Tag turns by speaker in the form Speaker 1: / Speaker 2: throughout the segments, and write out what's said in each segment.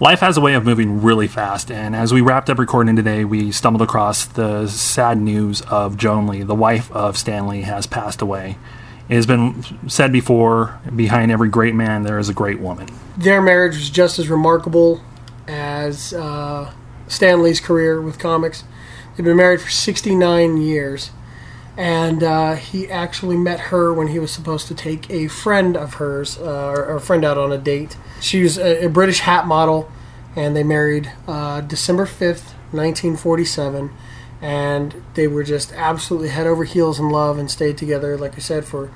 Speaker 1: Life has a way of moving really fast, and as we wrapped up recording today, we stumbled across the sad news of Joan Lee, the wife of Stanley, has passed away. It has been said before behind every great man, there is a great woman.
Speaker 2: Their marriage was just as remarkable as uh, Stanley's career with comics. They've been married for 69 years, and uh, he actually met her when he was supposed to take a friend of hers, uh, or or a friend out on a date. She was a, a British hat model, and they married uh, December 5th, 1947. And they were just absolutely head over heels in love and stayed together, like I said, for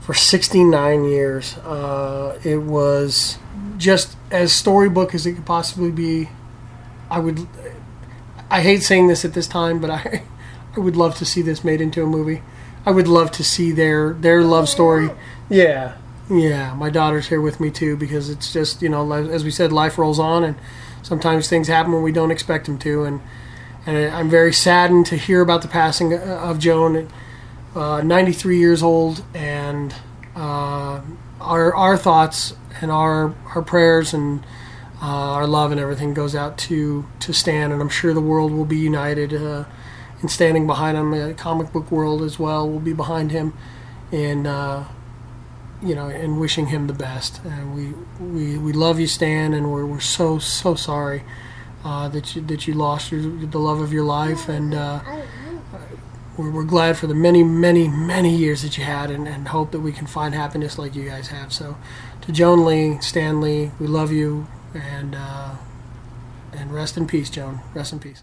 Speaker 2: for 69 years. Uh, it was just as storybook as it could possibly be. I would, I hate saying this at this time, but I, I would love to see this made into a movie. I would love to see their their love story. Yeah, yeah. My daughter's here with me too because it's just you know li- as we said, life rolls on and sometimes things happen when we don't expect them to and. And I'm very saddened to hear about the passing uh, of Joan uh, 93 years old, and uh, our our thoughts and our our prayers and uh, our love and everything goes out to to Stan, and I'm sure the world will be united uh, in standing behind him. The comic book world as well will be behind him in uh, you know in wishing him the best. And we we, we love you, Stan, and we're, we're so so sorry. Uh, that you that you lost your, the love of your life, and uh, we're, we're glad for the many, many, many years that you had and, and hope that we can find happiness like you guys have. So, to Joan Lee, Stan Lee, we love you and, uh, and rest in peace, Joan. Rest in peace.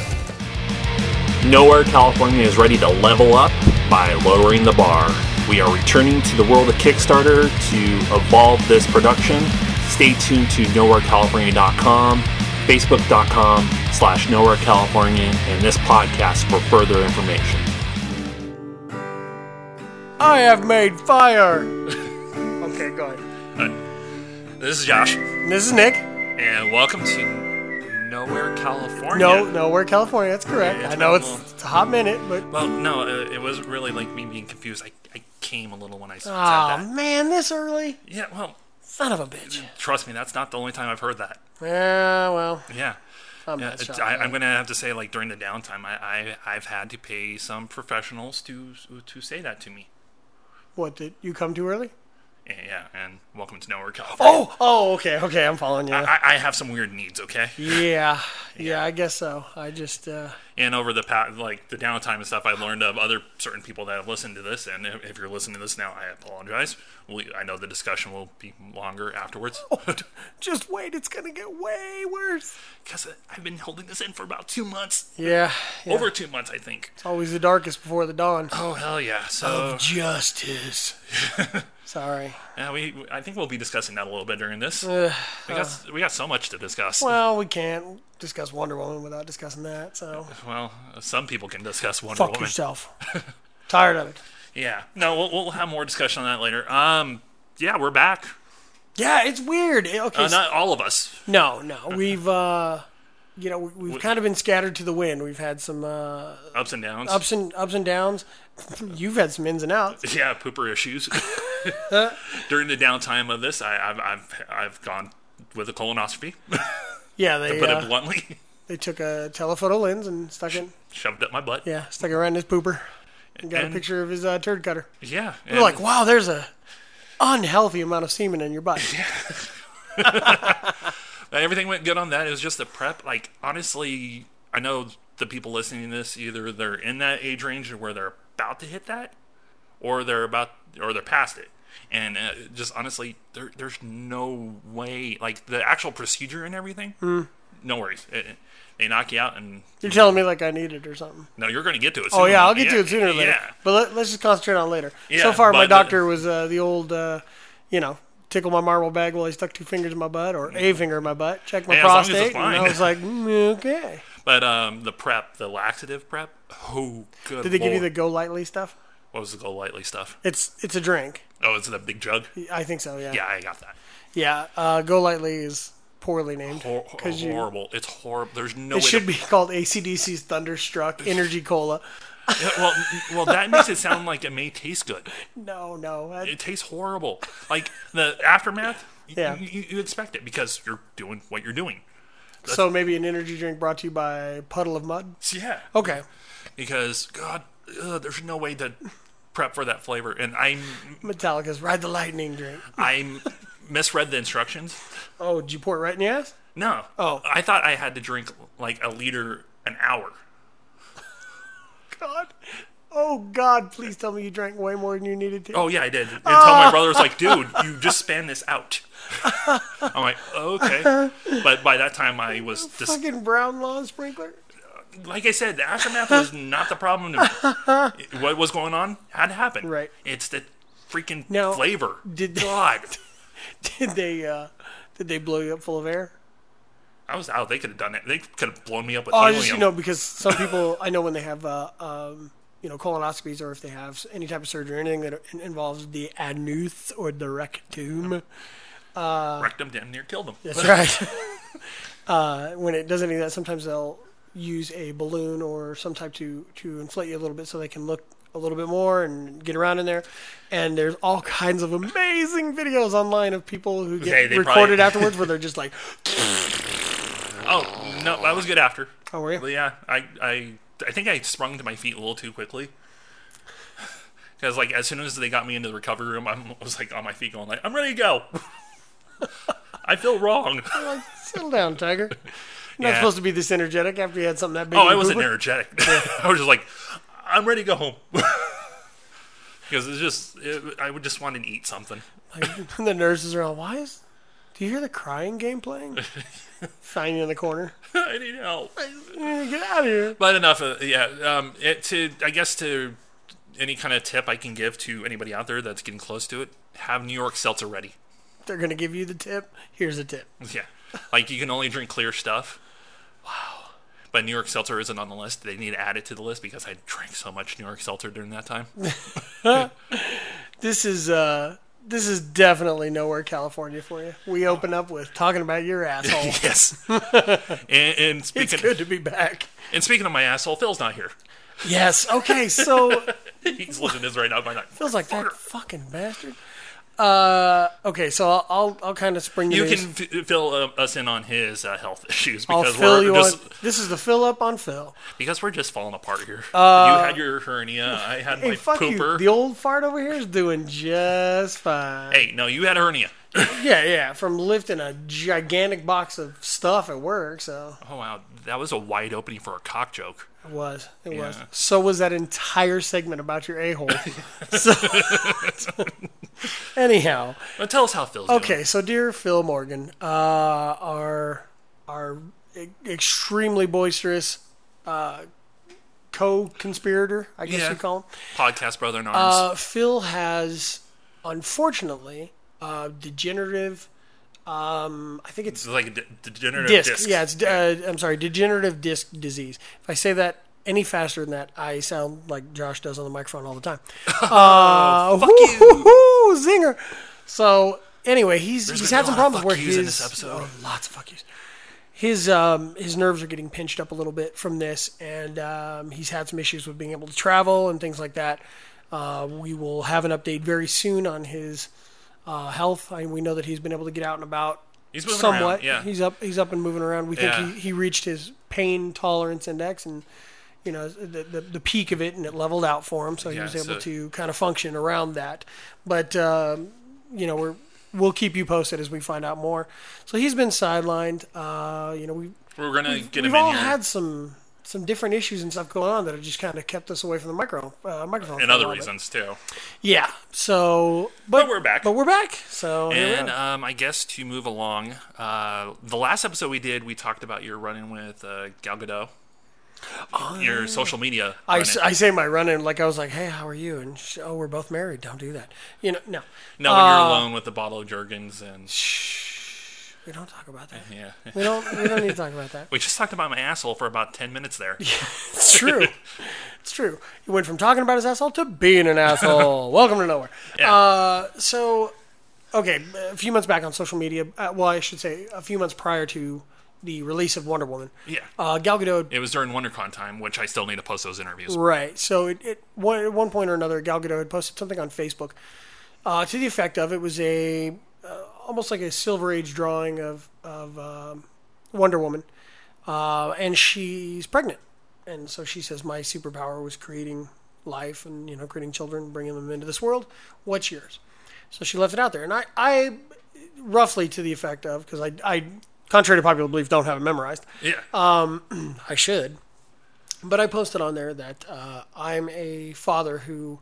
Speaker 3: Nowhere, California is ready to level up by lowering the bar. We are returning to the world of Kickstarter to evolve this production. Stay tuned to nowherecalifornia.com, facebook.com slash nowhere california, and this podcast for further information.
Speaker 2: I have made fire! okay, go ahead.
Speaker 3: This is Josh,
Speaker 2: This is Nick.
Speaker 3: and welcome to Nowhere, California.
Speaker 2: No, no, we're California. That's correct.
Speaker 3: Yeah,
Speaker 2: I
Speaker 3: it's
Speaker 2: know
Speaker 3: been a
Speaker 2: it's,
Speaker 3: little-
Speaker 2: it's a hot minute, but
Speaker 3: Well, no, uh, it wasn't really like me being confused. I, I came a little when I said
Speaker 2: oh
Speaker 3: that.
Speaker 2: man, this early,
Speaker 3: Yeah, well,
Speaker 2: son of a bitch.
Speaker 3: trust me, that's not the only time I've heard that.
Speaker 2: Yeah, well,
Speaker 3: Yeah.
Speaker 2: I'm
Speaker 3: Yeah,
Speaker 2: not
Speaker 3: it's-
Speaker 2: shocked.
Speaker 3: I, I'm gonna have to say, like during the downtime, I, I I've had to pay some professionals to to say that to me.
Speaker 2: what did you come too early?
Speaker 3: Yeah, and welcome to nowhere, California.
Speaker 2: Oh, oh, okay, okay, I'm following you.
Speaker 3: I, I have some weird needs, okay?
Speaker 2: yeah, yeah, I guess so. I just, uh,
Speaker 3: And over the past, like the downtime and stuff, I learned of other certain people that have listened to this. And if, if you're listening to this now, I apologize. We, I know the discussion will be longer afterwards
Speaker 2: Oh, just wait. It's gonna get way worse.
Speaker 3: because I've been holding this in for about two months,
Speaker 2: Yeah, yeah.
Speaker 3: over two months, I think.
Speaker 2: It's always the darkest before the dawn.
Speaker 3: Oh hell yeah! So
Speaker 2: Justice. Sorry.
Speaker 3: yeah, we I think we'll be discussing that a little bit during this.
Speaker 2: Ugh.
Speaker 3: we got s- we got so much to discuss.
Speaker 2: Uh, Well, we can't discuss Wonder Woman without discussing that. So
Speaker 3: Well, some people can discuss Wonder
Speaker 2: fuck
Speaker 3: Woman.
Speaker 2: yourself. Tired of it.
Speaker 3: Yeah. No, we'll, we'll have more discussion on that later. Um, yeah, we're back.
Speaker 2: Yeah, it's weird. It- Okay,
Speaker 3: Uh, not all of us.
Speaker 2: No, no. We've uh you know, we- we've kind of been scattered to the wind. We've had some uh,
Speaker 3: Ups and downs.
Speaker 2: ups and ups and downs. You've had some ins and outs.
Speaker 3: Yeah, pooper issues. During the downtime of this, I, I've, I've I've gone with a colonoscopy.
Speaker 2: Yeah, they
Speaker 3: Put
Speaker 2: uh,
Speaker 3: it bluntly,
Speaker 2: they took a telephoto lens and stuck it.
Speaker 3: shoved up my butt.
Speaker 2: Yeah, stuck it around his pooper. And got
Speaker 3: And-
Speaker 2: a picture of his uh, turd cutter.
Speaker 3: Yeah.
Speaker 2: You're like, wow, there's a unhealthy amount of semen in your butt.
Speaker 3: everything went good on that. It was just the prep. Like honestly, I know the people listening to this either they're in that age range where they're about to hit that, or they're about or they're past it. And uh, just honestly, there, there's no way. Like the actual procedure and everything.
Speaker 2: Hmm.
Speaker 3: No worries. It- it- they knock you out, and
Speaker 2: You're telling me like I need it or something.
Speaker 3: no, you're going to get to it.
Speaker 2: Oh
Speaker 3: soon.
Speaker 2: yeah, I'll get to it sooner or later.
Speaker 3: Yeah.
Speaker 2: But let, let's just concentrate on later.
Speaker 3: Yeah,
Speaker 2: so far, my
Speaker 3: but the-
Speaker 2: doctor was uh, the old, uh, you know, tickle my marble bag while he stuck two fingers in my butt or a finger in my butt, checked my
Speaker 3: Yeah, as long as it's
Speaker 2: prostate, and
Speaker 3: fine.
Speaker 2: I was like, mm, okay.
Speaker 3: But um, the prep, the laxative prep. Oh, good.
Speaker 2: Did they give you the
Speaker 3: lord.
Speaker 2: go lightly stuff?
Speaker 3: what was the go lightly stuff?
Speaker 2: It's it's a drink.
Speaker 3: Oh, it's the big jug.
Speaker 2: I think so. Yeah.
Speaker 3: Yeah, I got that.
Speaker 2: Yeah. Uh, go lightly is poorly named
Speaker 3: Hor- hor-
Speaker 2: you-
Speaker 3: horrible. It's horrible. There's no.
Speaker 2: It
Speaker 3: way
Speaker 2: should
Speaker 3: to-
Speaker 2: be called ACDC's Thunderstruck Energy Cola.
Speaker 3: Yeah, well, n- well, that makes it sound like it may taste good.
Speaker 2: No, no. that-
Speaker 3: It tastes horrible. Like the aftermath. y-
Speaker 2: Yeah.
Speaker 3: You, you, you expect it because you're doing what you're doing.
Speaker 2: so maybe an energy drink brought to you by Puddle of Mud.
Speaker 3: So, yeah.
Speaker 2: Okay.
Speaker 3: Because God, ugh, there's no way to prep for that flavor, and I'm
Speaker 2: Metallica's Ride the Lightning drink.
Speaker 3: I'm misread the instructions.
Speaker 2: Oh, did you pour it right in the ass?
Speaker 3: No.
Speaker 2: Oh.
Speaker 3: I thought I had to drink like a liter an hour.
Speaker 2: God. Oh God! Please tell me you drank way more than you needed to.
Speaker 3: Oh yeah, I did. Until my
Speaker 2: Oh.
Speaker 3: brother was like, "Dude, you just span this out." I'm like, "Okay," but by that time I was just
Speaker 2: Fucking brown lawn sprinkler.
Speaker 3: like I said, the aftermath was not the problem. To me. what was going on had to happen.
Speaker 2: Right.
Speaker 3: It's the freaking
Speaker 2: Now,
Speaker 3: flavor.
Speaker 2: did-
Speaker 3: God,
Speaker 2: Did they? uh Did they blow you up full of air?
Speaker 3: I was out. They could have done it. They could have blown me up with
Speaker 2: Oh, I
Speaker 3: helium.
Speaker 2: just you know because some people I know when they have uh, um, you know colonoscopies or if they have any type of surgery or anything that in- involves the anus or the rectum.
Speaker 3: Rectum damn near killed them.
Speaker 2: That's right. uh, when it does any of that, sometimes they'll use a balloon or some type to to inflate you a little bit so they can look a little bit more and get around in there. And there's all kinds of amazing videos online of people who
Speaker 3: Okay,
Speaker 2: get
Speaker 3: they
Speaker 2: recorded
Speaker 3: probably-
Speaker 2: afterwards where they're just like,
Speaker 3: Oh no, I was good after.
Speaker 2: "Oh, were you?"
Speaker 3: Yeah, I, I, I think I sprung to my feet a little too quickly. Because like as soon as they got me into the recovery room, I'm- I was like on my feet going like, "I'm ready to go." I feel wrong.
Speaker 2: Like, settle down, Tiger. You're not
Speaker 3: Yeah.
Speaker 2: supposed to be this energetic after you had something that big.
Speaker 3: Oh,
Speaker 2: in
Speaker 3: I
Speaker 2: your
Speaker 3: wasn't
Speaker 2: pooper.
Speaker 3: energetic. I was just like, "I'm ready to go home." Because it's just, it, I would just want to eat something.
Speaker 2: Like, the nurses are all, "Why is? Do you hear the crying game playing?" Sign in the corner.
Speaker 3: I need help.
Speaker 2: Eh, Get out of here.
Speaker 3: But enough. Of, yeah. Um. It, to I guess to any kind of tip I can give to anybody out there that's getting close to it, have New York seltzer ready.
Speaker 2: They're gonna give you the tip. Here's a tip.
Speaker 3: Yeah. Like you can only drink clear stuff. Wow. But New York Seltzer isn't on the list. They need to add it to the list because I drank so much New York Seltzer during that time.
Speaker 2: This is uh this is definitely nowhere California for you. We open up with talking about your asshole.
Speaker 3: yes. and, and
Speaker 2: it's
Speaker 3: speaking
Speaker 2: good to be back.
Speaker 3: and speaking of my asshole, Phil's not here.
Speaker 2: Yes. Okay. So
Speaker 3: He's listening to this right now. By not.
Speaker 2: feels like that
Speaker 3: Fucker.
Speaker 2: fucking bastard. Uh. Okay. So I'll I'll, I'll kind of spring the
Speaker 3: You
Speaker 2: news.
Speaker 3: can f- fill uh, us in on his uh, health issues
Speaker 2: I'll
Speaker 3: because
Speaker 2: fill you
Speaker 3: we're just
Speaker 2: on. This is the fill up on Phil.
Speaker 3: because we're just falling apart here. you had your hernia. I had
Speaker 2: Uh, Hey,
Speaker 3: my
Speaker 2: fuck
Speaker 3: pooper.
Speaker 2: you. The old fart over here is doing just fine.
Speaker 3: hey, no, you had a hernia.
Speaker 2: Yeah, yeah. From lifting a gigantic box of stuff at work, so
Speaker 3: Oh wow, that was a wide opening for a cock joke.
Speaker 2: it was. It was.
Speaker 3: Yeah.
Speaker 2: So was that entire segment about your a hole. so, anyhow,
Speaker 3: But tell us how Phil's doing.
Speaker 2: okay. So, dear Phil Morgan, uh, our our e- extremely boisterous uh, co-conspirator, I guess
Speaker 3: Yeah.
Speaker 2: you call him.
Speaker 3: Podcast brother in arms.
Speaker 2: Uh, Phil has, unfortunately, uh, degenerative. Um, I think it's
Speaker 3: It's like a de- degenerative
Speaker 2: disc.
Speaker 3: disc.
Speaker 2: Yeah, it's. Uh, I'm sorry, degenerative disc disease. If I say that any faster than that, I sound like Josh does on the microphone all the time.
Speaker 3: Oh,
Speaker 2: Uh, fuck you, zinger. So anyway, he's he's
Speaker 3: gonna
Speaker 2: had some
Speaker 3: be a lot of
Speaker 2: problems
Speaker 3: fuck
Speaker 2: where
Speaker 3: yous
Speaker 2: his
Speaker 3: in this episode.
Speaker 2: oh, lots of fuck yous. His um, his nerves are getting pinched up a little bit from this, and um, he's had some issues with being able to travel and things like that. Uh, we will have an update very soon on his uh, health. I, we know that he's been able to get out and about
Speaker 3: He's moving
Speaker 2: somewhat.
Speaker 3: around, yeah.
Speaker 2: He's up. He's up and moving around. We think
Speaker 3: Yeah.
Speaker 2: he, he reached his pain tolerance index and you know the, the the peak of it, and it leveled out for him. So he
Speaker 3: Yeah,
Speaker 2: was able
Speaker 3: so-
Speaker 2: to kind of function around that. But um, you know we're we'll keep you posted as we find out more. So he's been sidelined. Uh, you know we
Speaker 3: We're gonna get him
Speaker 2: we've
Speaker 3: in
Speaker 2: all
Speaker 3: here
Speaker 2: had some some different issues and stuff going on that have just kind of kept us away from the micro uh, microphone. for
Speaker 3: and
Speaker 2: a
Speaker 3: other
Speaker 2: while, but-
Speaker 3: reasons too.
Speaker 2: Yeah. So
Speaker 3: But we're back.
Speaker 2: but we're back. So here we
Speaker 3: and
Speaker 2: are.
Speaker 3: um, I guess to move along, uh, the last episode we did, we talked about your running with uh, Gal Gadot. your social media.
Speaker 2: Oh, I,
Speaker 3: run-in.
Speaker 2: s- I say my run in like I was like, hey, how are you? And she, oh, we're both married. Don't do that. You know, no,
Speaker 3: no, when you're
Speaker 2: Uh,
Speaker 3: alone with a bottle of Jergens and
Speaker 2: we don't talk about that.
Speaker 3: yeah,
Speaker 2: We don't. We don't need to talk about that.
Speaker 3: we just talked about my asshole for about ten minutes there.
Speaker 2: It's true. It's true. He went from talking about his asshole to being an asshole. Welcome to nowhere.
Speaker 3: Yeah.
Speaker 2: Uh, so, okay, a few months back on social media. Uh, well, I should say a few months prior to the release of Wonder Woman.
Speaker 3: Yeah.
Speaker 2: Uh, Gal Gadot
Speaker 3: It was during WonderCon time, which I still need to post those interviews.
Speaker 2: Right. So it, it one, at one point or another, Gal Gadot had posted something on Facebook uh, to the effect of it was a uh, almost like a Silver Age drawing of of um, Wonder Woman, uh, and she's pregnant, and so she says, "My superpower was creating life and you know creating children, bringing them into this world. What's yours?" So she left it out there, and I, I roughly to the effect of because I, I contrary to popular belief don't have it memorized.
Speaker 3: Yeah,
Speaker 2: uh, I should. But I posted on there that uh, I'm a father who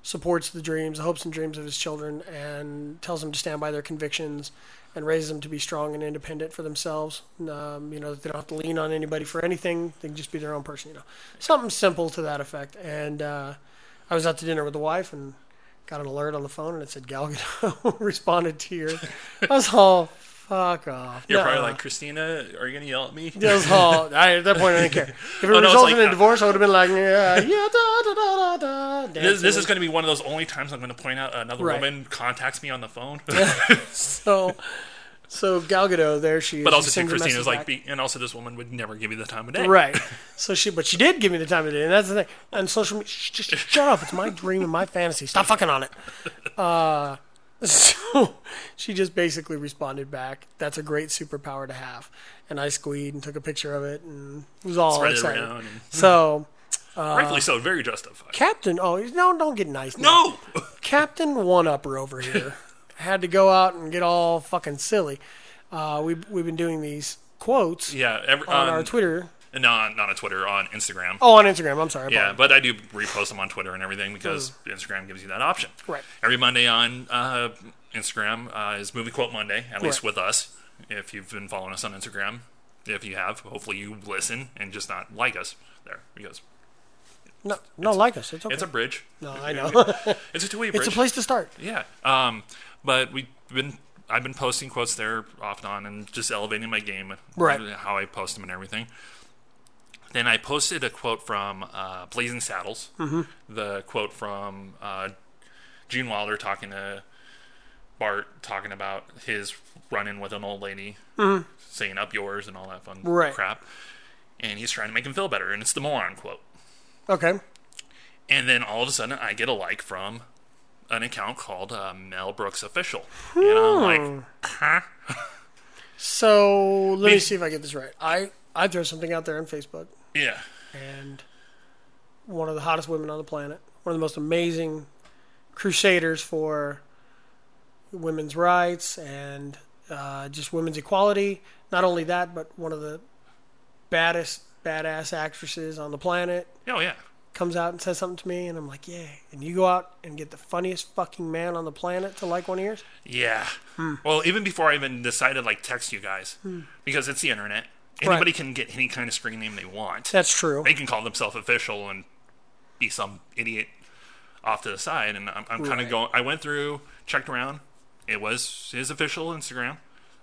Speaker 2: supports the dreams, the hopes and dreams of his children, and tells them to stand by their convictions and raises them to be strong and independent for themselves. Um, you know, they don't have to lean on anybody for anything. They can just be their own person, you know. Something simple to that effect. And uh, I was out to dinner with the wife and got an alert on the phone, and it said Gal Gadot responded to your. I was all, fuck off.
Speaker 3: you're probably
Speaker 2: Nuh-uh.
Speaker 3: like Christina. Are you gonna yell at me?
Speaker 2: That was all. I, at that point, I didn't care. If it
Speaker 3: Oh, no, it's
Speaker 2: resulted
Speaker 3: like- uh,
Speaker 2: in a divorce, I would have been like, yeah, yeah, da, da, da, da, da.
Speaker 3: This, this
Speaker 2: dancing.
Speaker 3: is going to be one of those only times I'm going to point out another
Speaker 2: Right.
Speaker 3: woman contacts me on the phone.
Speaker 2: so. So Gal Gadot, there she is.
Speaker 3: but
Speaker 2: She
Speaker 3: also, too,
Speaker 2: sends a
Speaker 3: Christina's
Speaker 2: message
Speaker 3: like,
Speaker 2: back.
Speaker 3: be, and also this woman would never give you the time of day.
Speaker 2: right. So she, but she did give me the time of day, and that's the thing. And social media, sh- just shut up. It's my dream and my fantasy. Stop fucking on it. Uh, so she just basically responded back. That's a great superpower to have. And I squeed and took a picture of it, and it was all
Speaker 3: Spread it
Speaker 2: excited.
Speaker 3: around and-
Speaker 2: So
Speaker 3: Rightfully
Speaker 2: Uh,
Speaker 3: so. Very justified.
Speaker 2: Captain, oh no, don't get nice. now.
Speaker 3: no!
Speaker 2: Captain One Upper over here had to go out and get all fucking silly. Uh, we we've been doing these quotes
Speaker 3: yeah. um, Every,
Speaker 2: on our Twitter.
Speaker 3: No, not on Twitter, on Instagram.
Speaker 2: Oh, on Instagram. I'm sorry. I
Speaker 3: Yeah,
Speaker 2: apologize.
Speaker 3: but I do repost them on Twitter and everything because Instagram gives you that option.
Speaker 2: Mm. Right.
Speaker 3: Every Monday on uh, Instagram uh, is Movie Quote Monday, at least
Speaker 2: Correct.
Speaker 3: with us. If you've been following us on Instagram, if you have, hopefully you listen and just not like us there because
Speaker 2: no, no, like us. It's okay.
Speaker 3: it's a bridge.
Speaker 2: no, I know.
Speaker 3: It's a two-way bridge.
Speaker 2: it's a place to start.
Speaker 3: Yeah. Um, but we've been I've been posting quotes there off and on and just elevating my game,
Speaker 2: Right.
Speaker 3: How I post them and everything. Then I posted a quote from uh, Blazing Saddles,
Speaker 2: Mm-hmm.
Speaker 3: the quote from uh, Gene Wilder talking to Bart, talking about his run-in with an old lady, saying "up yours" and all that fun
Speaker 2: Mm-hmm. Right.
Speaker 3: crap. And he's trying to make him feel better, and it's the moron quote.
Speaker 2: Okay.
Speaker 3: And then all of a sudden, I get a like from an account called uh, Mel Brooks Official. And I'm like,
Speaker 2: So let me see if I get this right. I I throw something out there on Facebook,
Speaker 3: yeah,
Speaker 2: and one of the hottest women on the planet, one of the most amazing crusaders for women's rights and uh, just women's equality. Not only that, but one of the baddest, badass actresses on the planet
Speaker 3: oh yeah,
Speaker 2: comes out and says something to me, and I'm like, yay. And you go out and get the funniest fucking man on the planet to like one of yours?
Speaker 3: yeah. Well, even before I even decided like text you guys, because it's the internet,
Speaker 2: Right.
Speaker 3: anybody can get any kind of screen name they want.
Speaker 2: That's true.
Speaker 3: They can call themselves official and be some idiot off to the side. And I'm, I'm kind of
Speaker 2: Right.
Speaker 3: going. I went through, checked around. It was his official Instagram.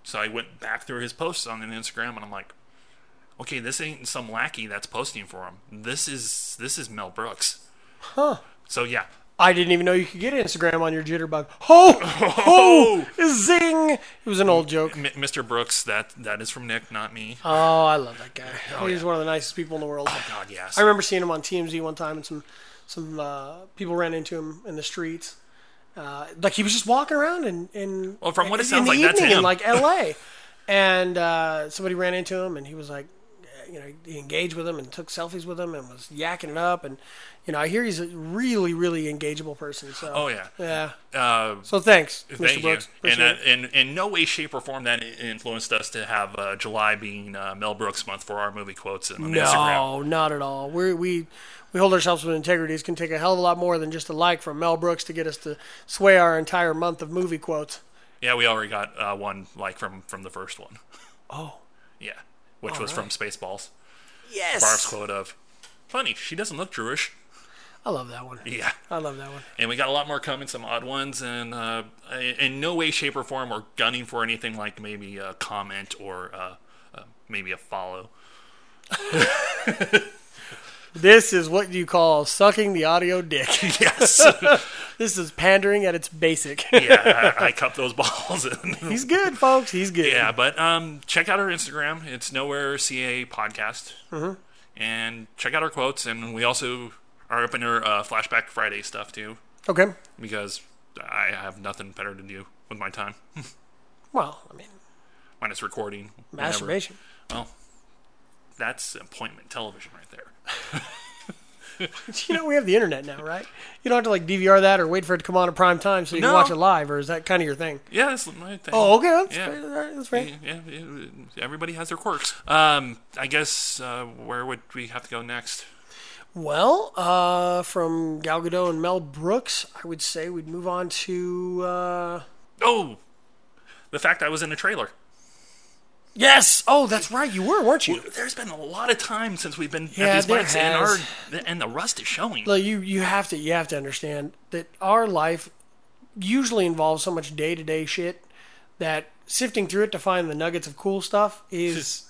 Speaker 3: So I went back through his posts on Instagram, and I'm like, okay, this ain't some lackey that's posting for him. This is this is Mel Brooks. Huh. So yeah.
Speaker 2: I didn't even know you could get Instagram on your jitterbug. Ho! Ho! Zing! It was an old joke.
Speaker 3: M- Mr. Brooks, that that is from Nick, not me. Oh
Speaker 2: Oh, I love that guy. He's one of the nicest people in the world.
Speaker 3: God, yes.
Speaker 2: I remember seeing him on TMZ one time, and some some uh, people ran into him in the streets. Uh, like he was just walking around in in
Speaker 3: Well, from what it
Speaker 2: in
Speaker 3: sounds
Speaker 2: the
Speaker 3: like, that's
Speaker 2: evening
Speaker 3: him.
Speaker 2: in like L.A. and uh, somebody ran into him, and he was like, you know, he engaged with him and took selfies with him and was yakking it up. And you know, I hear he's a really really engageable person. So
Speaker 3: Oh yeah.
Speaker 2: yeah.
Speaker 3: Uh,
Speaker 2: So thanks, Mr.
Speaker 3: Thank
Speaker 2: Brooks.
Speaker 3: you. And, uh,
Speaker 2: Appreciate
Speaker 3: that,
Speaker 2: it.
Speaker 3: and in no way, shape, or form that it influenced us to have uh, July being uh, Mel Brooks month for our movie quotes and on Instagram.
Speaker 2: No, not at all. We we we hold ourselves with integrity. It's going to take a hell of a lot more than just a like from Mel Brooks to get us to sway our entire month of movie quotes.
Speaker 3: Yeah, we already got uh, one like from from the first one.
Speaker 2: Oh,
Speaker 3: Yeah, which was from Spaceballs.
Speaker 2: Yes.
Speaker 3: Barb's quote of, "Funny, she doesn't look Jewish."
Speaker 2: I love that one.
Speaker 3: Yeah,
Speaker 2: I love that one.
Speaker 3: and we got a lot more coming, some odd ones, and uh, in no way, shape, or form, we're gunning for anything like maybe a comment or uh, uh, maybe a follow.
Speaker 2: This is what you call sucking the audio dick.
Speaker 3: Yes,
Speaker 2: this is pandering at its basic.
Speaker 3: yeah, I, I cup those balls. In.
Speaker 2: He's good, folks. He's good.
Speaker 3: Yeah, but um, check out our Instagram. It's nowhere ca podcast,
Speaker 2: Mm-hmm.
Speaker 3: and check out our quotes. And we also are up in our uh, flashback Friday stuff too,
Speaker 2: Okay.
Speaker 3: because I have nothing better to do with my time,
Speaker 2: Well, I mean,
Speaker 3: minus recording. whenever.
Speaker 2: masturbation.
Speaker 3: Well, that's appointment television right there.
Speaker 2: You know, we have the internet now, right? You don't have to like DVR that or wait for it to come on at prime time so you
Speaker 3: No.
Speaker 2: can watch it live, or is that kind of your thing?
Speaker 3: Yeah, that's my thing.
Speaker 2: Oh, okay. That's
Speaker 3: Yeah.
Speaker 2: fair. All right, that's fair.
Speaker 3: Yeah, yeah, everybody has their quirks. Um, I guess uh, where would we have to go next?
Speaker 2: Well, uh, from Gal Gadot and Mel Brooks, I would say we'd move on to. Uh,
Speaker 3: Oh, the fact I was in a trailer.
Speaker 2: yes. Oh, that's right. You were, weren't you?
Speaker 3: There's been a lot of time since we've been
Speaker 2: Yeah,
Speaker 3: at these
Speaker 2: there
Speaker 3: mics, and
Speaker 2: has.
Speaker 3: our and the rust is showing.
Speaker 2: Look, you you have to you have to understand that our life usually involves so much day to day shit that sifting through it to find the nuggets of cool stuff is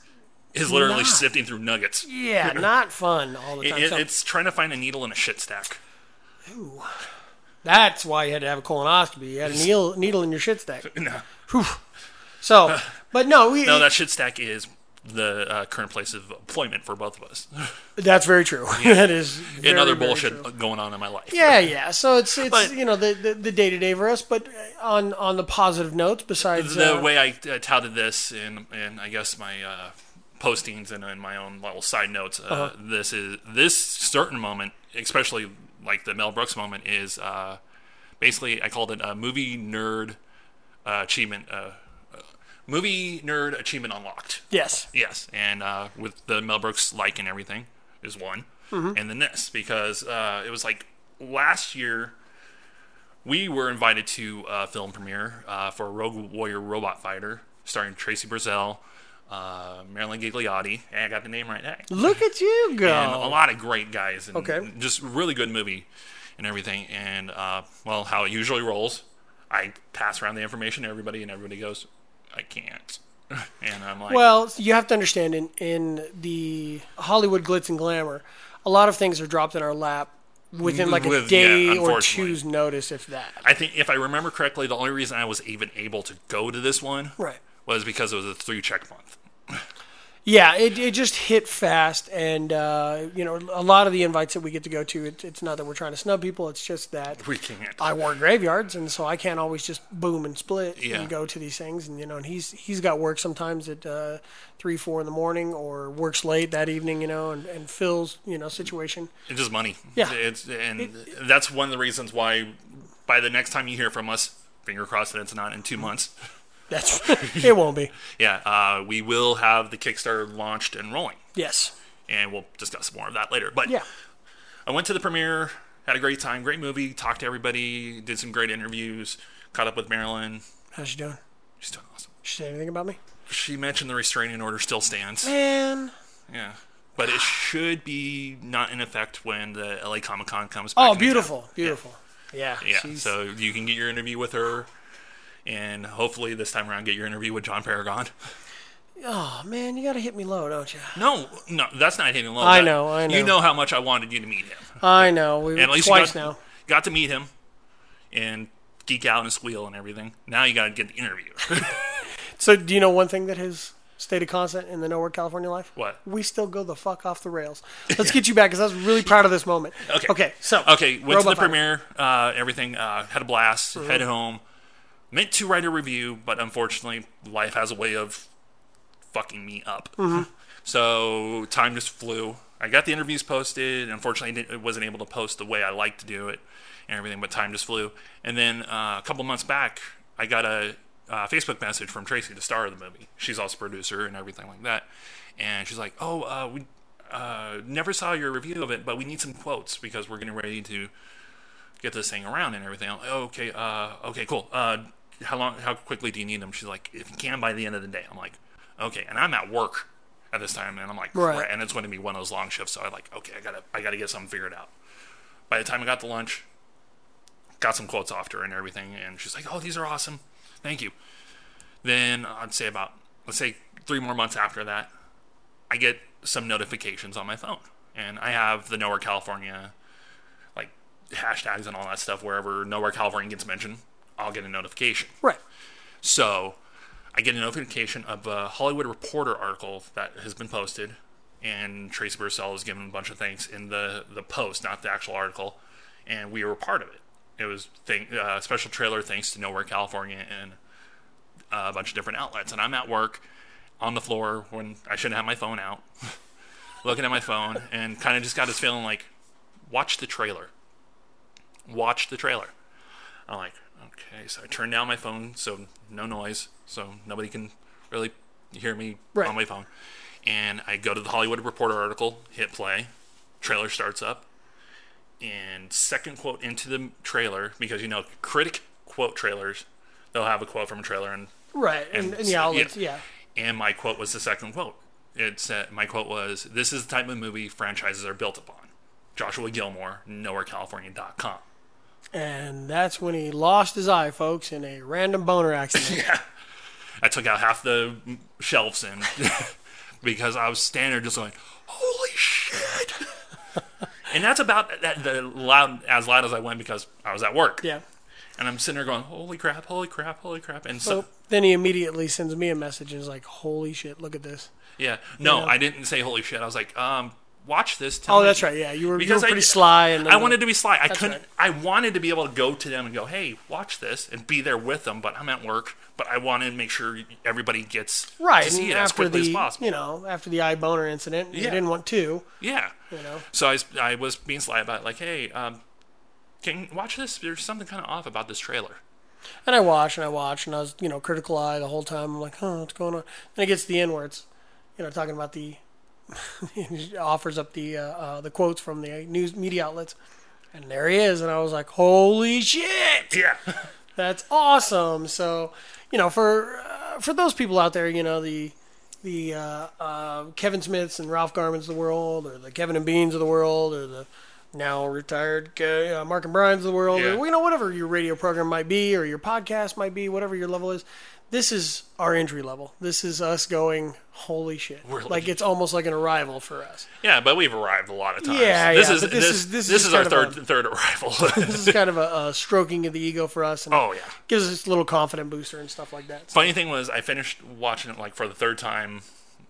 Speaker 3: is literally
Speaker 2: not.
Speaker 3: sifting through nuggets.
Speaker 2: yeah not fun all the
Speaker 3: It-
Speaker 2: time.
Speaker 3: it-
Speaker 2: So
Speaker 3: it's trying to find a needle in a shit stack.
Speaker 2: that's why you had to have a colonoscopy. You had a needle needle in your shit stack.
Speaker 3: No,
Speaker 2: So, but no, we,
Speaker 3: no, that shit stack is the uh, current place of employment for both of us,
Speaker 2: that's very true. that is very,
Speaker 3: and other
Speaker 2: very
Speaker 3: bullshit
Speaker 2: true.
Speaker 3: going on in my life.
Speaker 2: Yeah, yeah. So it's it's
Speaker 3: But-
Speaker 2: you know the the- the day to day for us, but on on the positive notes, besides
Speaker 3: the
Speaker 2: uh,
Speaker 3: way I uh, touted this in, in I guess my uh, postings and in my own little side notes, uh, this is this certain moment, especially like the Mel Brooks moment, is uh, basically I called it a movie nerd uh, achievement, uh, uh, movie nerd achievement unlocked.
Speaker 2: yes,
Speaker 3: Yes, and uh, with the Mel Brooks like and everything is one,
Speaker 2: Mm-hmm.
Speaker 3: and then this because uh, it was like last year we were invited to a film premiere uh, for Rogue Warrior Robot Fighter starring Tracy Brazel, uh, Marilyn Gigliotti, and I got the name right. Hey.
Speaker 2: look at you go.
Speaker 3: And a lot of great guys. And
Speaker 2: Oh. Okay.
Speaker 3: Just really good movie and everything. And, uh, well, how it usually rolls, I pass around the information to everybody, and everybody goes, I can't. And I'm like,
Speaker 2: Well, you have to understand in in the Hollywood glitz and glamour, a lot of things are dropped in our lap within like a
Speaker 3: With- yeah,
Speaker 2: day or
Speaker 3: unfortunately.
Speaker 2: two's notice, if that.
Speaker 3: I think if I remember correctly, the only reason I was even able to go to this one
Speaker 2: Right.
Speaker 3: was because it was a three check month.
Speaker 2: Yeah, it, it just hit fast, and uh, you know a lot of the invites that we get to go to, it, it's not that we're trying to snub people. It's just that
Speaker 3: We can't.
Speaker 2: I work graveyards, and so I can't always just boom and split
Speaker 3: Yeah.
Speaker 2: and go to these things. And you know, and he's he's got work sometimes at uh, three, four in the morning, or works late that evening. You know, and, and Phil's you know situation.
Speaker 3: It's just money.
Speaker 2: Yeah.
Speaker 3: It's and that's one of the reasons why by the next time you hear from us, finger crossed that it's not in two months.
Speaker 2: That's it won't be.
Speaker 3: Yeah, uh, we will have the Kickstarter launched and rolling,
Speaker 2: Yes.
Speaker 3: and we'll discuss more of that later. But
Speaker 2: Yeah.
Speaker 3: I went to the premiere, had a great time, great movie, talked to everybody, did some great interviews, caught up with Marilyn.
Speaker 2: How's she doing?
Speaker 3: She's doing awesome.
Speaker 2: She say anything about me?
Speaker 3: She mentioned the restraining order still stands.
Speaker 2: Man.
Speaker 3: Yeah. But it should be not in effect when the LA Comic Con comes back.
Speaker 2: Oh,
Speaker 3: into town.
Speaker 2: beautiful, beautiful. Yeah.
Speaker 3: Yeah.
Speaker 2: she's-
Speaker 3: So you can get your interview with her and hopefully this time around get your interview with John Paragon.
Speaker 2: oh man, you gotta hit me low, don't you?
Speaker 3: No, no, that's not hitting low.
Speaker 2: I
Speaker 3: That-
Speaker 2: know, I know.
Speaker 3: You know how much I wanted you to meet him.
Speaker 2: I know. We
Speaker 3: And at least you
Speaker 2: twice
Speaker 3: got,
Speaker 2: now.
Speaker 3: got to meet him and geek out and squeal and everything. Now you gotta get the interview.
Speaker 2: So do you know one thing that has stayed a constant in the nowhere California life?
Speaker 3: What?
Speaker 2: We still go the fuck off the rails. Let's get you back because I was really proud of this moment.
Speaker 3: Okay.
Speaker 2: Okay. So
Speaker 3: Okay, went to the
Speaker 2: Robot Fighter.
Speaker 3: premiere, uh, everything, uh, had a blast,
Speaker 2: Mm-hmm.
Speaker 3: headed home. Meant to write a review, but unfortunately, life has a way of fucking me up.
Speaker 2: Mm-hmm.
Speaker 3: So time just flew. I got the interviews posted. Unfortunately, I didn't, wasn't able to post the way I like to do it and everything, but time just flew. And then uh, a couple months back, I got a uh, Facebook message from Tracy, the star of the movie. She's also producer and everything like that. And she's like, "Oh, uh, we uh, never saw your review of it, but we need some quotes because we're getting ready to get this thing around and everything." I'm like, "Oh, okay, uh, okay, cool. Uh, how long? How quickly do you need them?" She's like, "If you can by the end of the day." I'm like, "Okay," and I'm at work at this time, and I'm like,
Speaker 2: Right.
Speaker 3: "Crap," and it's going to be one of those long shifts. So I like, okay, I gotta, I gotta get something figured out. By the time I got to lunch, got some quotes off to her and everything, and she's like, "Oh, these are awesome, thank you." Then I'd say about let's say three more months after that, I get some notifications on my phone, and I have the Nowhere California like hashtags and all that stuff wherever Nowhere California gets mentioned, I'll get a notification.
Speaker 2: Right.
Speaker 3: So I get a notification of a Hollywood Reporter article that has been posted, and Tracy Bursell is given a bunch of thanks in the, the post, not the actual article, and we were part of it. It was thank, uh, special trailer thanks to Nowhere California and uh, a bunch of different outlets. And I'm at work on the floor when I shouldn't have my phone out, looking at my phone, and kind of just got this feeling like, watch the trailer. Watch the trailer. I'm like, okay. So I turned down my phone, so no noise, so nobody can really hear me
Speaker 2: Right.
Speaker 3: on my phone. And I go to the Hollywood Reporter article, hit play, trailer starts up, and second quote into the trailer because you know critic quote trailers, they'll have a quote from a trailer, and
Speaker 2: Right. And, and, the outlets, yeah.
Speaker 3: And my quote was the second quote. It said my quote was, "This is the type of movie franchises are built upon." Joshua Gilmore, nowherecalifornia.com.
Speaker 2: And that's when he lost his eye, folks, in a random boner accident.
Speaker 3: I took out half the shelves in because I was standing there just going, "Holy shit!" and that's about that, the loud as loud as I went because I was at work.
Speaker 2: yeah.
Speaker 3: And I'm sitting there going, "Holy crap! Holy crap! Holy crap!" And so,
Speaker 2: So then he immediately sends me a message and is like, holy shit, look at this.
Speaker 3: yeah, no, I didn't say "Holy shit." I was like, "Um, watch this." Tell
Speaker 2: Oh,
Speaker 3: me-
Speaker 2: that's right. Yeah. You were, you were
Speaker 3: Because I-
Speaker 2: pretty sly. And
Speaker 3: I wanted to be sly. I couldn't.
Speaker 2: right.
Speaker 3: I wanted to be able to go to them and go, "Hey, watch this," and be there with them. But I'm at work. But I wanted to make sure everybody gets
Speaker 2: right
Speaker 3: to see
Speaker 2: and
Speaker 3: it as
Speaker 2: after
Speaker 3: quickly
Speaker 2: the
Speaker 3: as possible.
Speaker 2: you know after the eye boner incident you
Speaker 3: Yeah.
Speaker 2: didn't want two
Speaker 3: yeah.
Speaker 2: you know
Speaker 3: So I was, I was being sly about it, like, hey, um, can watch this. There's something kind of off about this trailer.
Speaker 2: and i watched and i watched and i was you know critical eye the whole time i'm like huh what's going on then it gets to the end where it's you know talking about the offers up the uh, uh, the quotes from the news media outlets and there he is and i was like holy shit
Speaker 3: Yeah,
Speaker 2: That's awesome. So, you know, for uh, for those people out there, you know the the uh, uh, Kevin Smiths and Ralph Garmans of the world, or the Kevin and Beans of the world, or the now retired uh, Mark and Brian's of the world,
Speaker 3: Yeah.
Speaker 2: or you know whatever your radio program might be, or your podcast might be, whatever your level is. This is our entry level. This is us going. Holy shit!
Speaker 3: Really?
Speaker 2: Like it's almost like an arrival for us.
Speaker 3: yeah, but we've arrived a lot of times.
Speaker 2: Yeah,
Speaker 3: this
Speaker 2: yeah,
Speaker 3: Is,
Speaker 2: but
Speaker 3: this, is this, is, our
Speaker 2: kind of
Speaker 3: third third arrival.
Speaker 2: This is kind of a, a stroking of the ego for us. And
Speaker 3: oh yeah.
Speaker 2: gives us a little confident booster and stuff like that. So-
Speaker 3: Funny thing was, I finished watching it like for the third time